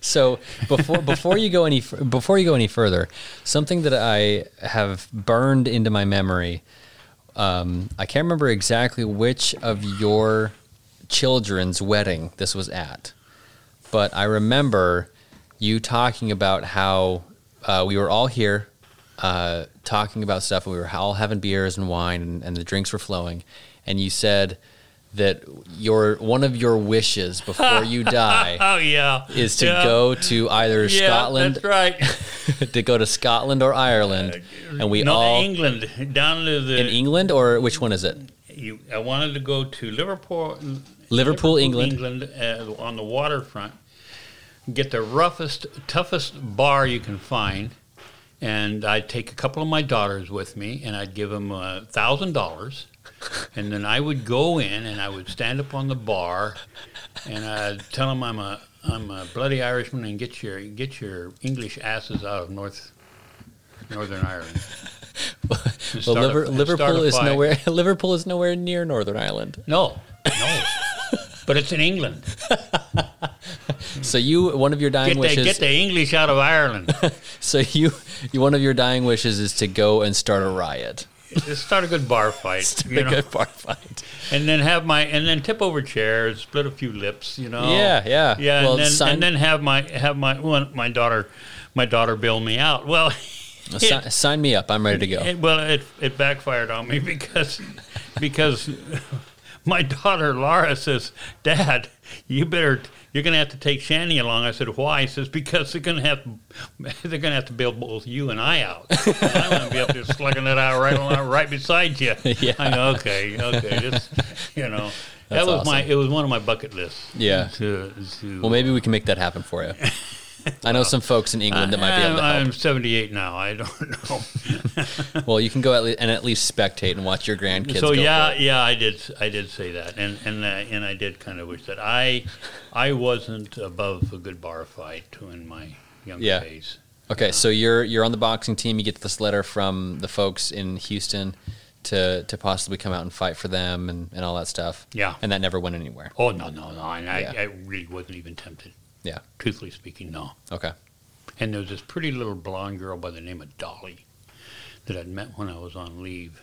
So before before you go any fur- before you go any further, something that I have burned into my memory. Um, I can't remember exactly which of your children's wedding this was at, but I remember you talking about how uh, we were all here uh, talking about stuff. and We were all having beers and wine, and, and the drinks were flowing. And you said that your one of your wishes before you die Oh yeah, is to go to either Scotland, That's right. to go to Scotland or Ireland, and we no, all England down to the in England or which one is it? you, I wanted to go to Liverpool, Liverpool, England. England, uh, on the waterfront. Get the roughest, toughest bar you can find, and I'd take a couple of my daughters with me, and I'd give them a thousand dollars, and then I would go in and I would stand up on the bar, and I'd tell them I'm a I'm a bloody Irishman, and get your get your English asses out of North Northern Ireland. And Well, start a- Liver, and start Liverpool a is fight. nowhere. Liverpool is nowhere near Northern Ireland. No, no. but it's in England. So you, one of your dying Get the, wishes. get the English out of Ireland. So you, you, one of your dying wishes is to go and start a riot, Just start a good bar fight, you Like know, a bar fight. and then have my and then tip over chairs, split a few lips, you know. Yeah, yeah. Oh. yeah. Well, and, then, sign- and then have my have my well, my daughter, my daughter bail me out. Well, Si- sign me up. I'm ready to go. it, well, it it backfired on me because because my daughter Laura says, Dad, you better. You're gonna have to take Shani along. I said, "Why?" He says, "Because they're gonna have, they're gonna have to bail both you and I out. And I'm gonna be up there slugging it out right along, right beside you." Yeah. I go, "Okay, okay, just you know." that That's was my. awesome. It was one of my bucket lists. Yeah. To, to Well, maybe we can make that happen for you. I know some folks in England that might be able to I'm, help. I'm 78 now. I don't know. Well, you can go at le- and at least spectate and watch your grandkids. um, so go yeah, for it. yeah, I did, I did say that, and and uh, and I did kind of wish that I, I wasn't above a good bar fight in my young Yeah. days. Okay, so you're you're on the boxing team. You get this letter from the folks in Houston to to possibly come out and fight for them and, and all that stuff. Yeah. and that never went anywhere. Oh no, no, no, and I, Yeah. I really wasn't even tempted. Yeah. Truthfully speaking, no. Okay. And there was this pretty little blonde girl by the name of Dolly that I'd met when I was on leave.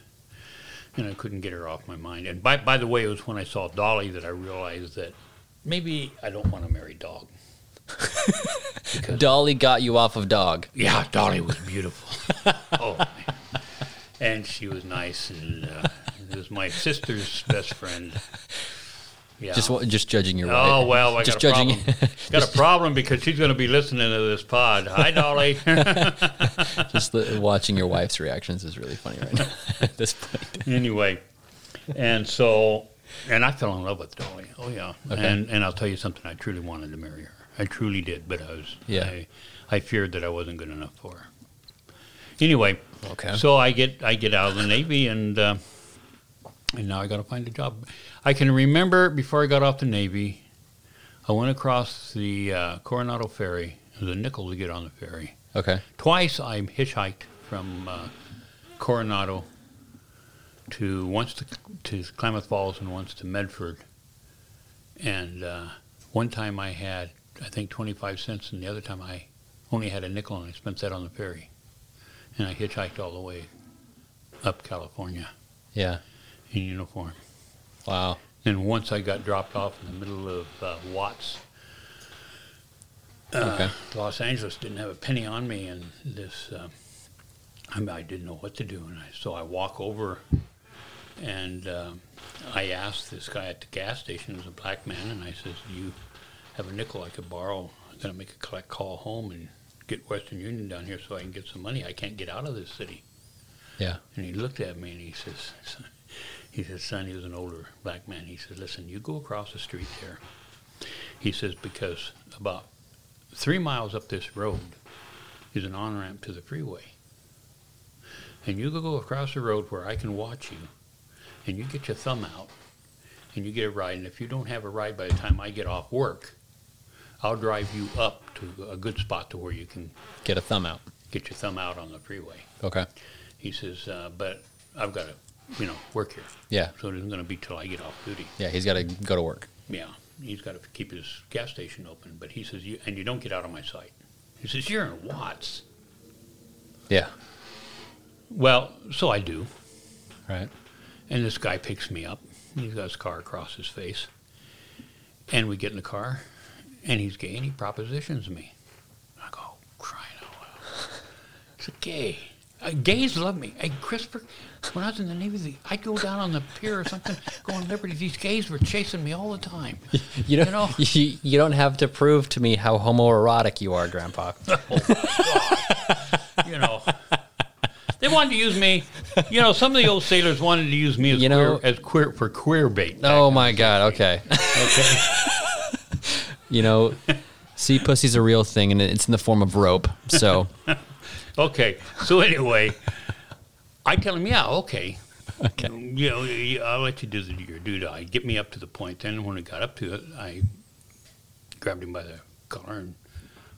And I couldn't get her off my mind. And by, by the way, it was when I saw Dolly that I realized that maybe I don't want to marry Dog. Dolly got you off of dog. Yeah, Dolly was beautiful. oh, man. and she was nice, and uh, it was my sister's best friend. Yeah. Just wa- just judging your wife. Oh well, I just got a judging. problem. got a problem because she's going to be listening to this pod. Hi, Dolly. just li- watching your wife's reactions is really funny right now. at this point. anyway, and so, and I fell in love with Dolly. Oh yeah, Okay. and and I'll tell you something. I truly wanted to marry her. I truly did, but I was Yeah. I, I feared that I wasn't good enough for her. Anyway, Okay. So I get I get out of the navy and. Uh, and now I got to find a job. I can remember before I got off the Navy, I went across the uh, Coronado Ferry. It was a nickel to get on the ferry. Okay. Twice I hitchhiked from uh, Coronado to once to, to Klamath Falls and once to Medford. And uh, one time I had, I think, 25 cents, and the other time I only had a nickel, and I spent that on the ferry. And I hitchhiked all the way up California Yeah. in uniform. Wow. And once I got dropped off in the middle of uh, Watts, Okay. Los Angeles didn't have a penny on me, and this uh, I, mean, I didn't know what to do, and I, so I walk over, and um, I asked this guy at the gas station, who's a black man, and I says, "Do you have a nickel I could borrow? I'm gonna make a collect call home and get Western Union down here so I can get some money. I can't get out of this city." Yeah. And he looked at me and he says, son, he says, son, he was an older black man. He says, listen, you go across the street there. He says, because about three miles up this road is an on ramp to the freeway. And you go across the road where I can watch you, and you get your thumb out, and you get a ride. And if you don't have a ride by the time I get off work, I'll drive you up to a good spot to where you can Get a thumb out. get your thumb out on the freeway. Okay. He says, uh, but I've got to, you know, work here. Yeah. So it isn't going to be till I get off duty. Yeah. He's got to go to work. Yeah. He's got to keep his gas station open. But he says, you, and you don't get out of my sight. He says, you're in Watts. Yeah. Well, so I do. Right. And this guy picks me up. He's got his car across his face. And we get in the car, and he's gay, and he propositions me. I go, crying out loud. He's a gay. Uh, gays love me. Hey, Christopher, when I was in the Navy, the- I'd go down on the pier or something, go on Liberty. These gays were chasing me all the time. You don't. You You, know- you, don't have to prove to me how homoerotic you are, Grandpa. You know, they wanted to use me. You know, some of the old sailors wanted to use me as, You know- queer, as queer for queer bait. oh my God. Okay. Okay. You know, sea pussy's a real thing, and it's in the form of rope. So Okay. So anyway, I tell him, yeah, okay. Okay. You know, y- y- I'll let you do the, your do-die. Get me up to the point. Then when I got up to it, I grabbed him by the collar and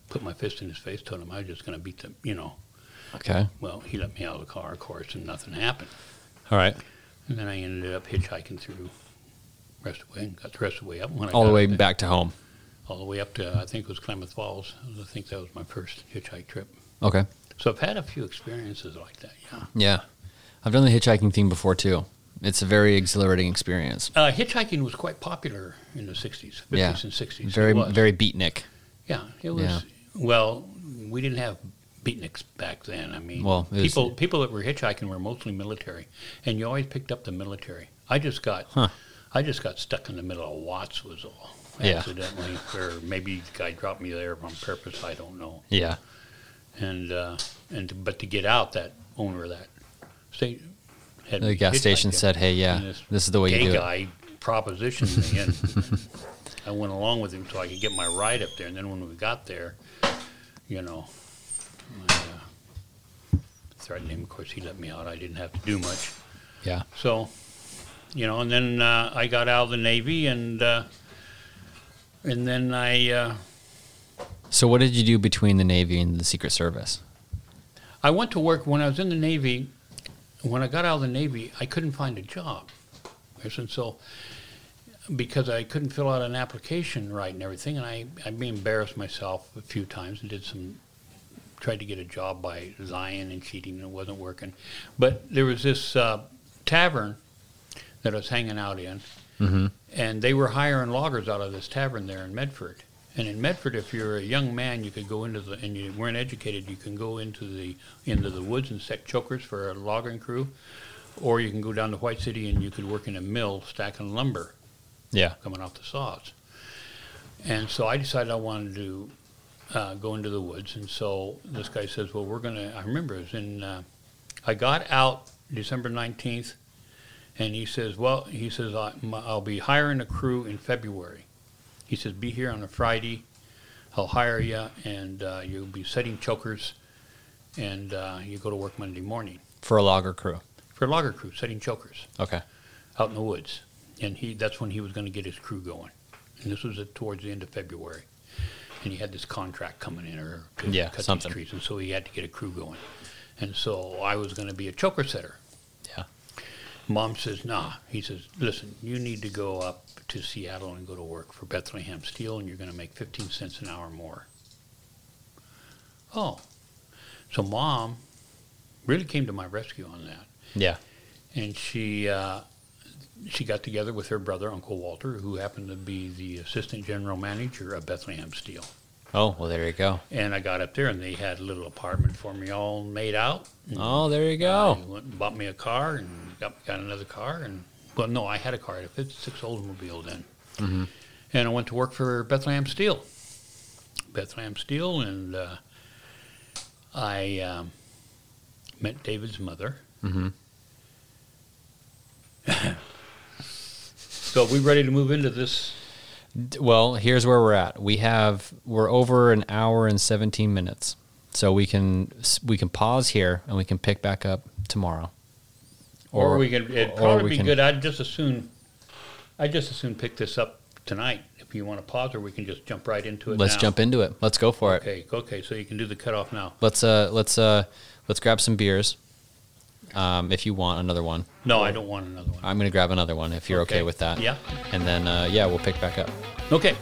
put my fist in his face, told him I was just going to beat them, you know. okay. Well, he let me out of the car, of course, and nothing happened. All right. And then I ended up hitchhiking through the rest of the way and got the rest of the way up. When I All got the way up there- back to home. All the way up to, I think it was Klamath Falls. I think that was my first hitchhike trip. Okay. So I've had a few experiences like that, yeah. Yeah. I've done the hitchhiking thing before too. It's a very exhilarating experience. Uh, hitchhiking was quite popular in the 60s, 50s Yeah. and 60s. It Very, was. very beatnik. Yeah, it was. Yeah. Well, we didn't have beatniks back then. I mean, Well, it was- people people that were hitchhiking were mostly military, and you always picked up the military. I just got Huh. I just got stuck in the middle of Watts was all Yeah. accidentally, or maybe the guy dropped me there on purpose. I don't know. Yeah. And uh, and but to get out, that owner of that state had The me gas hitchhiking. station said, "Hey, yeah, And this, is the way gay you do it." guy propositioned me, and I went along with him so I could get my ride up there. And then when we got there, you know, I uh, threatened him. Of course, he let me out. I didn't have to do much. Yeah. So, you know, and then uh, I got out of the Navy, and uh, and then I uh, So, what did you do between the Navy and the Secret Service? I went to work when I was in the Navy. When I got out of the Navy, I couldn't find a job. And so, because I couldn't fill out an application right and everything, and I, I embarrassed myself a few times and did some, tried to get a job by lying and cheating, and it wasn't working. But there was this uh, tavern that I was hanging out in, and they were hiring loggers out of this tavern there in Medford. And in Medford, if you're a young man, you could go into the and you weren't educated, you can go into the into the woods and set chokers for a logging crew, or you can go down to White City and you could work in a mill stacking lumber Yeah. coming off the saws. And so I decided I wanted to uh, go into the woods. And so this guy says, "Well, we're gonna." I remember it was in. Uh, I got out December nineteenth, and he says, "Well, he says I, my, I'll be hiring a crew in February." He says, "Be here on a Friday. I'll hire you, and uh, you'll be setting chokers, and uh, you go to work Monday morning For a logger crew. for a logger crew setting chokers." Okay. out in the woods, and he that's when he was going to get his crew going. And this was at, towards the end of February, and he had this contract coming in or to Yeah, cut something. these trees, and so he had to get a crew going. And so I was going to be a choker setter. Yeah. Mom says, "Nah." He says, "Listen, you need to go up to Seattle and go to work for Bethlehem Steel, and you're going to make 15 cents an hour more." Oh, so mom really came to my rescue on that Yeah. and she uh, she got together with her brother, Uncle Walter, who happened to be the assistant general manager of Bethlehem Steel. Oh, well, there you go. And I got up there, and they had a little apartment for me all made out. Oh, there you I go. went and bought me a car and got, got another car. And well, no, I had a car. I had a '56 Oldsmobile then. Mm-hmm. And I went to work for Bethlehem Steel. Bethlehem Steel, and uh, I um, met David's mother. Mm-hmm. so we ready to move into this? D- Well, here's where we're at. We have we're over an hour and 17 minutes, so we can s- we can pause here and we can pick back up tomorrow. Or, we could. It'd or probably we be can- good. I'd just as soon. I just as soon pick this up tonight. If you want to pause, or we can just jump right into it. Let's now. jump into it. Let's go for it. Okay, okay, so you can do the cutoff now. Let's uh let's uh let's grab some beers. Um, if you want another one, No, I don't want another one. I'm gonna grab another one if you're okay, with that. Yeah. And then uh, yeah, we'll pick back up. Okay.